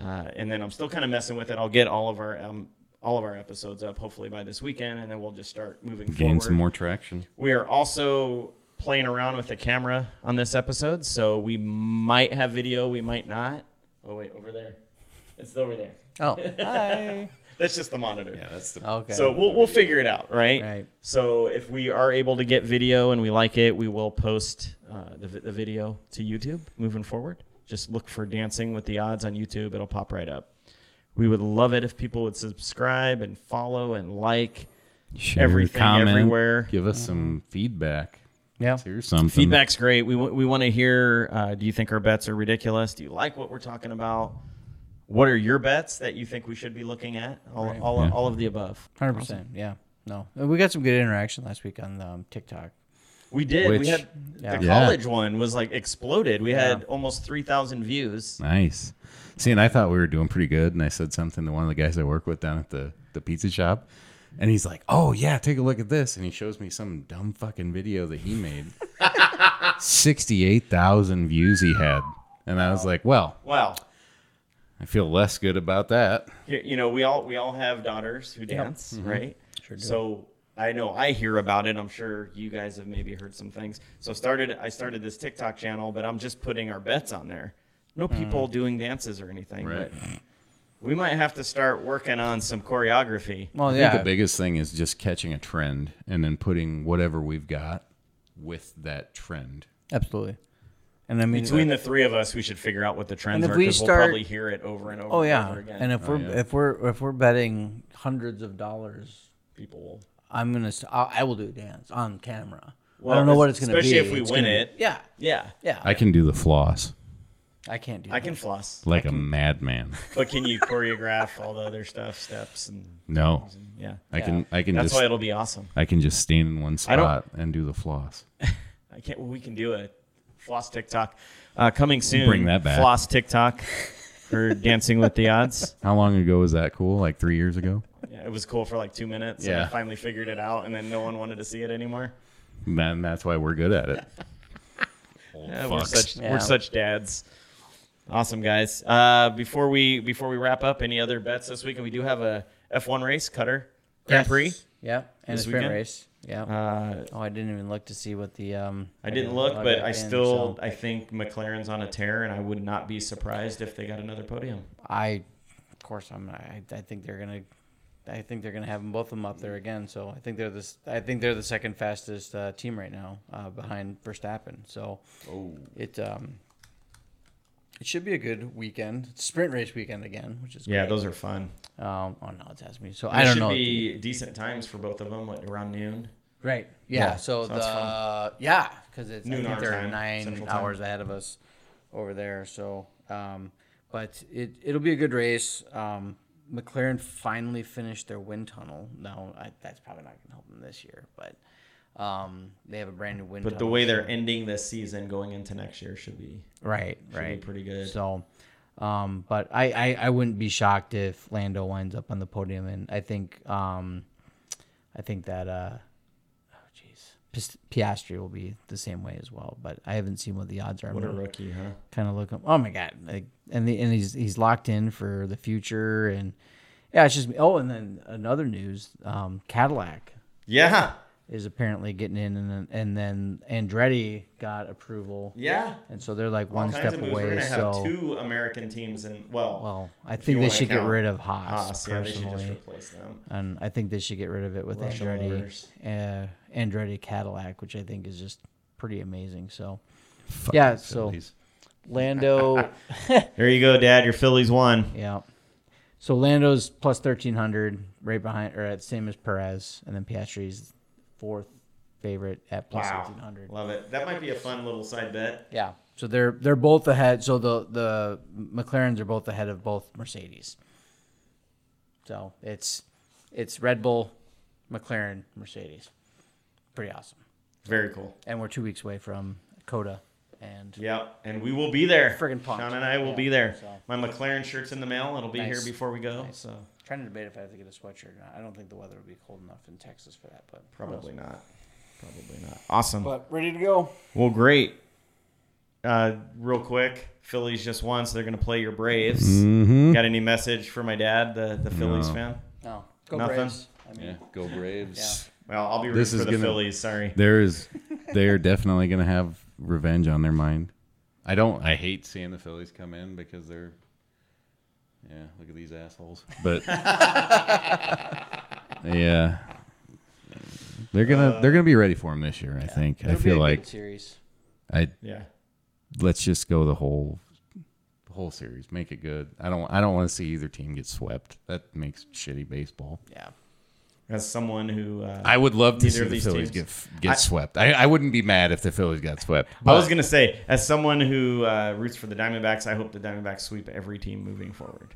S2: uh, and then I'm still kind of messing with it. I'll get all of our um, all of our episodes up hopefully by this weekend, and then we'll just start moving
S1: Gain
S2: forward.
S1: some more traction.
S2: We are also playing around with the camera on this episode, so we might have video, we might not. Oh wait, over there. It's over there.
S4: Oh, hi.
S2: That's just the monitor.
S1: that's the
S4: Okay.
S2: So we'll, we'll figure it out, right?
S4: Right.
S2: So if we are able to get video and we like it, we will post uh, the, vi- the video to YouTube moving forward. Just look for Dancing with the Odds on YouTube. It'll pop right up. We would love it if people would subscribe and follow and like.
S1: Share,
S2: everything,
S1: comment,
S2: everywhere.
S1: Give us some feedback.
S4: yeah.
S1: Let's hear something.
S2: Feedback's great. We, w- we want to hear uh, do you think our bets are ridiculous? Do you like what we're talking about? What are your bets that you think we should be looking at? All, all,
S1: Yeah.
S2: all of the above.
S4: Hundred percent. Yeah. No. And We got some good interaction last week on um, TikTok.
S2: We did. we
S1: Which-
S2: had
S4: Yeah.
S2: the
S1: Yeah.
S2: college one was like exploded. We had
S4: Yeah.
S2: almost three thousand views.
S1: Nice. See, and I thought we were doing pretty good, and I said something to one of the guys I work with down at the, the pizza shop, And he's like, "Oh yeah, take a look at this." And he shows me some dumb fucking video that he [laughs] made. 68,000 views he had. And I was like, "Well,
S2: Wow.
S1: I feel less good about that."
S2: you you know we all we all have daughters who dance
S4: Mm-hmm.
S2: right sure do. so i know i hear about it i'm sure you guys have maybe heard some things so started i started this tiktok channel but i'm just putting our bets on there no
S4: Hmm.
S2: people doing dances or anything
S1: Right.
S2: but we might have to start working on some choreography
S4: Well,
S1: I think
S4: yeah.
S1: the biggest thing is just catching a trend and then putting whatever we've got with that trend.
S4: Absolutely. And I mean, uh,
S2: between the three of us we should figure out what the trends
S4: And if
S2: are
S4: we
S2: because
S4: start-
S2: we'll probably hear it over and over,
S4: oh
S2: and
S4: yeah,
S2: over again
S4: and if we're if we're if we're betting hundreds of dollars,
S2: people will
S4: I'm gonna s- I, I will do a dance on camera.
S2: Well,
S4: I don't know what it's gonna
S2: especially
S4: be.
S2: if we
S4: It's
S2: win
S4: gonna be-
S2: it.
S4: Yeah,
S2: yeah
S4: yeah.
S1: I can do the floss
S4: I can't do.
S2: i
S4: That.
S2: can floss
S1: like a madman.
S2: but can you choreograph all the other stuff steps and [laughs]
S1: No.
S2: yeah
S1: I can I can
S2: that's
S1: just
S2: why it'll be awesome
S1: I can just stand in one
S2: I don't-
S1: spot and do the floss.
S2: I can't. Well, we can do a floss TikTok uh, coming soon.
S1: Bring that back.
S2: Floss TikTok for Dancing with the Odds. [laughs]
S1: How long ago was that cool? Like 3 years ago?
S2: Yeah, it was cool for like two minutes. And
S1: Yeah.
S2: I finally figured it out, and then no one wanted to see it anymore.
S1: And then that's why we're good at it. Old
S2: [laughs] Yeah, we're
S1: fucks.
S2: such
S4: Yeah.
S2: we're such dads. Awesome guys. Uh, before we before we wrap up, any other bets this week? And we do have a F1 race, Cutter Grand Prix.
S4: Yeah, and a
S2: This
S4: sprint
S2: weekend?
S4: race. Yeah.
S2: Uh,
S4: oh, I didn't even look to see what the um.
S2: I didn't look,
S4: log
S2: but I
S4: back in,
S2: still
S4: so
S2: I think McLaren's on a tear, and I would not be surprised if they got another podium.
S4: I, of course, I'm. I, I think they're gonna. I think they're gonna have them both of them up there again. So I think they're the. s- I think they're the second fastest uh, team right now, uh, behind Verstappen. So,
S2: Oh.
S4: it um. It should be a good weekend. It's sprint race weekend again, which is
S2: Yeah,
S4: great.
S2: those are fun.
S4: Um, oh no, it's asked me. So
S2: It
S4: I don't
S2: should
S4: know.
S2: Be decent times for both of them, like around noon.
S4: Right. Yeah.
S2: Yeah,
S4: So
S2: sounds
S4: the yeah, because it's
S2: Noon
S4: I think
S2: our
S4: they're
S2: time,
S4: nine
S2: Central Time.
S4: hours ahead of us over there. So, um, but it it'll be a good race. Um, McLaren finally finished their wind tunnel. Now I, that's probably not going to help them this year, but um, they have a brand new wind.
S2: But the
S4: tunnel,
S2: way
S4: so-
S2: they're ending this season, going into next year, should be
S4: right,
S2: should
S4: right,
S2: be pretty good.
S4: So, um, but I, I, I wouldn't be shocked if Lando winds up on the podium, and I think, um, I think that, uh, oh jeez, Pist- Piastri will be the same way as well. But I haven't seen what the odds are.
S2: what a rookie, huh?
S4: kind of looking. Oh my god, like, and the, and he's he's locked in for the future, and yeah, it's just oh, and then another news, um, Cadillac
S2: Yeah,
S4: is apparently getting in, and then, and then Andretti got approval.
S2: yeah.
S4: And so they're like
S2: All
S4: one
S2: kinds
S4: step
S2: of moves. We're
S4: away.
S2: gonna
S4: So
S2: have two American teams, and well,
S4: well, I
S2: you
S4: think they
S2: wanna
S4: should get
S2: count
S4: rid of Haas,
S2: Haas, yeah, they should
S4: personally,
S2: just replace them.
S4: and I think they should get rid of it with
S2: Russian
S4: Andretti,
S2: motors.
S4: uh, Andretti Cadillac, which I think is just pretty amazing. So, yeah, so
S2: [laughs]
S4: Lando,
S2: There you go, Dad. Your Phillies won.
S4: yeah, so Lando's plus thirteen hundred, right behind or at same as Perez, and then Piastri's fourth favorite at plus eighteen hundred.
S2: love it. That might be a fun little side bet.
S4: Yeah, so they're they're both ahead. So the the McLarens are both ahead of both Mercedes. So it's it's Red Bull, McLaren, Mercedes. Pretty awesome.
S2: Very cool.
S4: And we're two weeks away from Coda, and
S2: Yep, and we will be there.
S4: Friggin' pumped.
S2: Sean and I will
S4: Yeah,
S2: be there.
S4: so.
S2: My McLaren shirt's in the mail. It'll be here
S4: Nice.
S2: before we go. So
S4: trying to debate if I have to get a sweatshirt or not. I don't think the weather will be cold enough in Texas for that, but
S2: probably not. Probably not. Awesome.
S4: But ready to go.
S2: Well, great. Uh, real quick, Phillies just won, so they're going to play your Braves. Got any message for my dad, the, the Phillies
S1: Mm-hmm. No.
S2: fan?
S4: No, go
S2: Nothing.
S4: Braves. I mean,
S1: Yeah, go Braves.
S2: Well, I'll be
S1: This is
S2: rooting for the
S1: gonna-
S2: Phillies. Sorry.
S1: There is they're definitely going to have revenge on their mind. I don't I hate seeing the Phillies come in because they're Yeah, look at these assholes. But Yeah. They're going to they're going to be ready for him this year, I think. I
S4: it'll be a
S1: feel
S4: good
S1: like
S4: series.
S1: I
S2: Yeah.
S1: let's just go the whole the whole series. Make it good. I don't I don't want to see either team get swept. That makes shitty baseball.
S4: Yeah,
S2: As someone who uh,
S1: I
S2: I,
S1: would love to
S2: Neither
S1: see
S2: of
S1: the
S2: these
S1: Phillies get
S2: teams.
S1: get
S2: I-
S1: swept. I, I wouldn't be mad if the Phillies got swept.
S2: was
S1: but-
S2: going to say, as someone who uh, roots for the Diamondbacks, I hope the Diamondbacks sweep every team moving forward.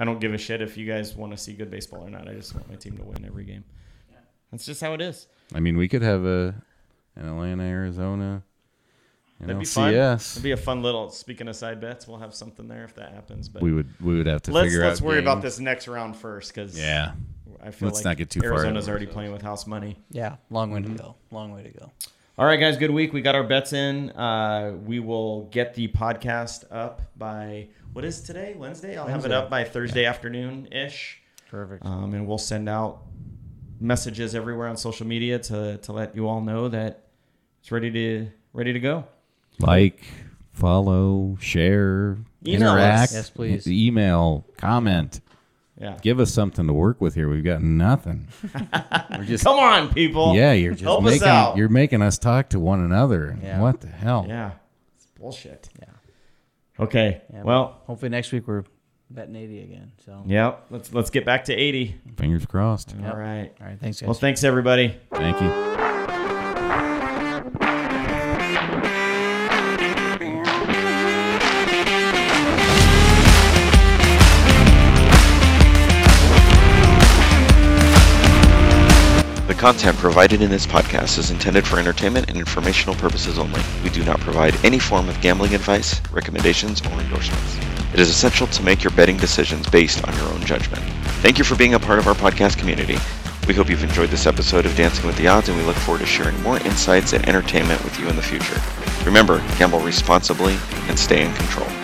S2: I don't give a shit if you guys want to see good baseball or not. I just want my team to win every game. That's just how it is.
S1: I mean, we could have a an Atlanta, Arizona, you
S2: That'd
S1: know,
S2: be fun.
S1: CS.
S2: It'd be a fun little. Speaking of side bets, we'll have something there if that happens. But
S1: we would we would have to
S2: let's
S1: figure
S2: let's
S1: out.
S2: worry about
S1: games.
S2: this next round first because
S1: Yeah,
S2: I feel
S1: Let's
S2: like
S1: not get too far ahead
S2: Arizona's
S1: of
S2: already playing with house money.
S4: Yeah, long way to go. Long way to go.
S2: All right, guys, good week. We got our bets in. Uh, we will get the podcast up by what is today? Wednesday. I'll have it
S4: Wednesday.
S2: up by Thursday afternoon ish,
S4: Perfect.
S2: um, and we'll send out messages everywhere on social media to to let you all know that it's ready to ready to go.
S1: Like, follow, share,
S2: Email us.
S1: interact. e-,
S4: Yes, please.
S1: Email, comment.
S2: Yeah.
S1: Give us something to work with here. We've got nothing. We're just
S2: Come on, people.
S1: yeah. You're just
S2: Help us
S1: making
S2: out.
S1: you're making us talk to one another.
S4: Yeah.
S1: What the hell?
S2: Yeah. It's bullshit.
S4: Yeah.
S2: Okay.
S4: Yeah,
S2: well,
S4: Hopefully next week we're betting 80 again. So,
S2: yeah. Let's let's get back to 80.
S1: Fingers crossed.
S4: Yep.
S2: All right.
S4: all right. Thanks, guys.
S2: Well, thanks everybody.
S1: Thank you.
S6: The content provided in this podcast is intended for entertainment and informational purposes only. We do not provide any form of gambling advice, recommendations, or endorsements. It is essential to make your betting decisions based on your own judgment. Thank you for being a part of our podcast community. We hope you've enjoyed this episode of Dancing with the Odds, and we look forward to sharing more insights and entertainment with you in the future. Remember, gamble responsibly and stay in control.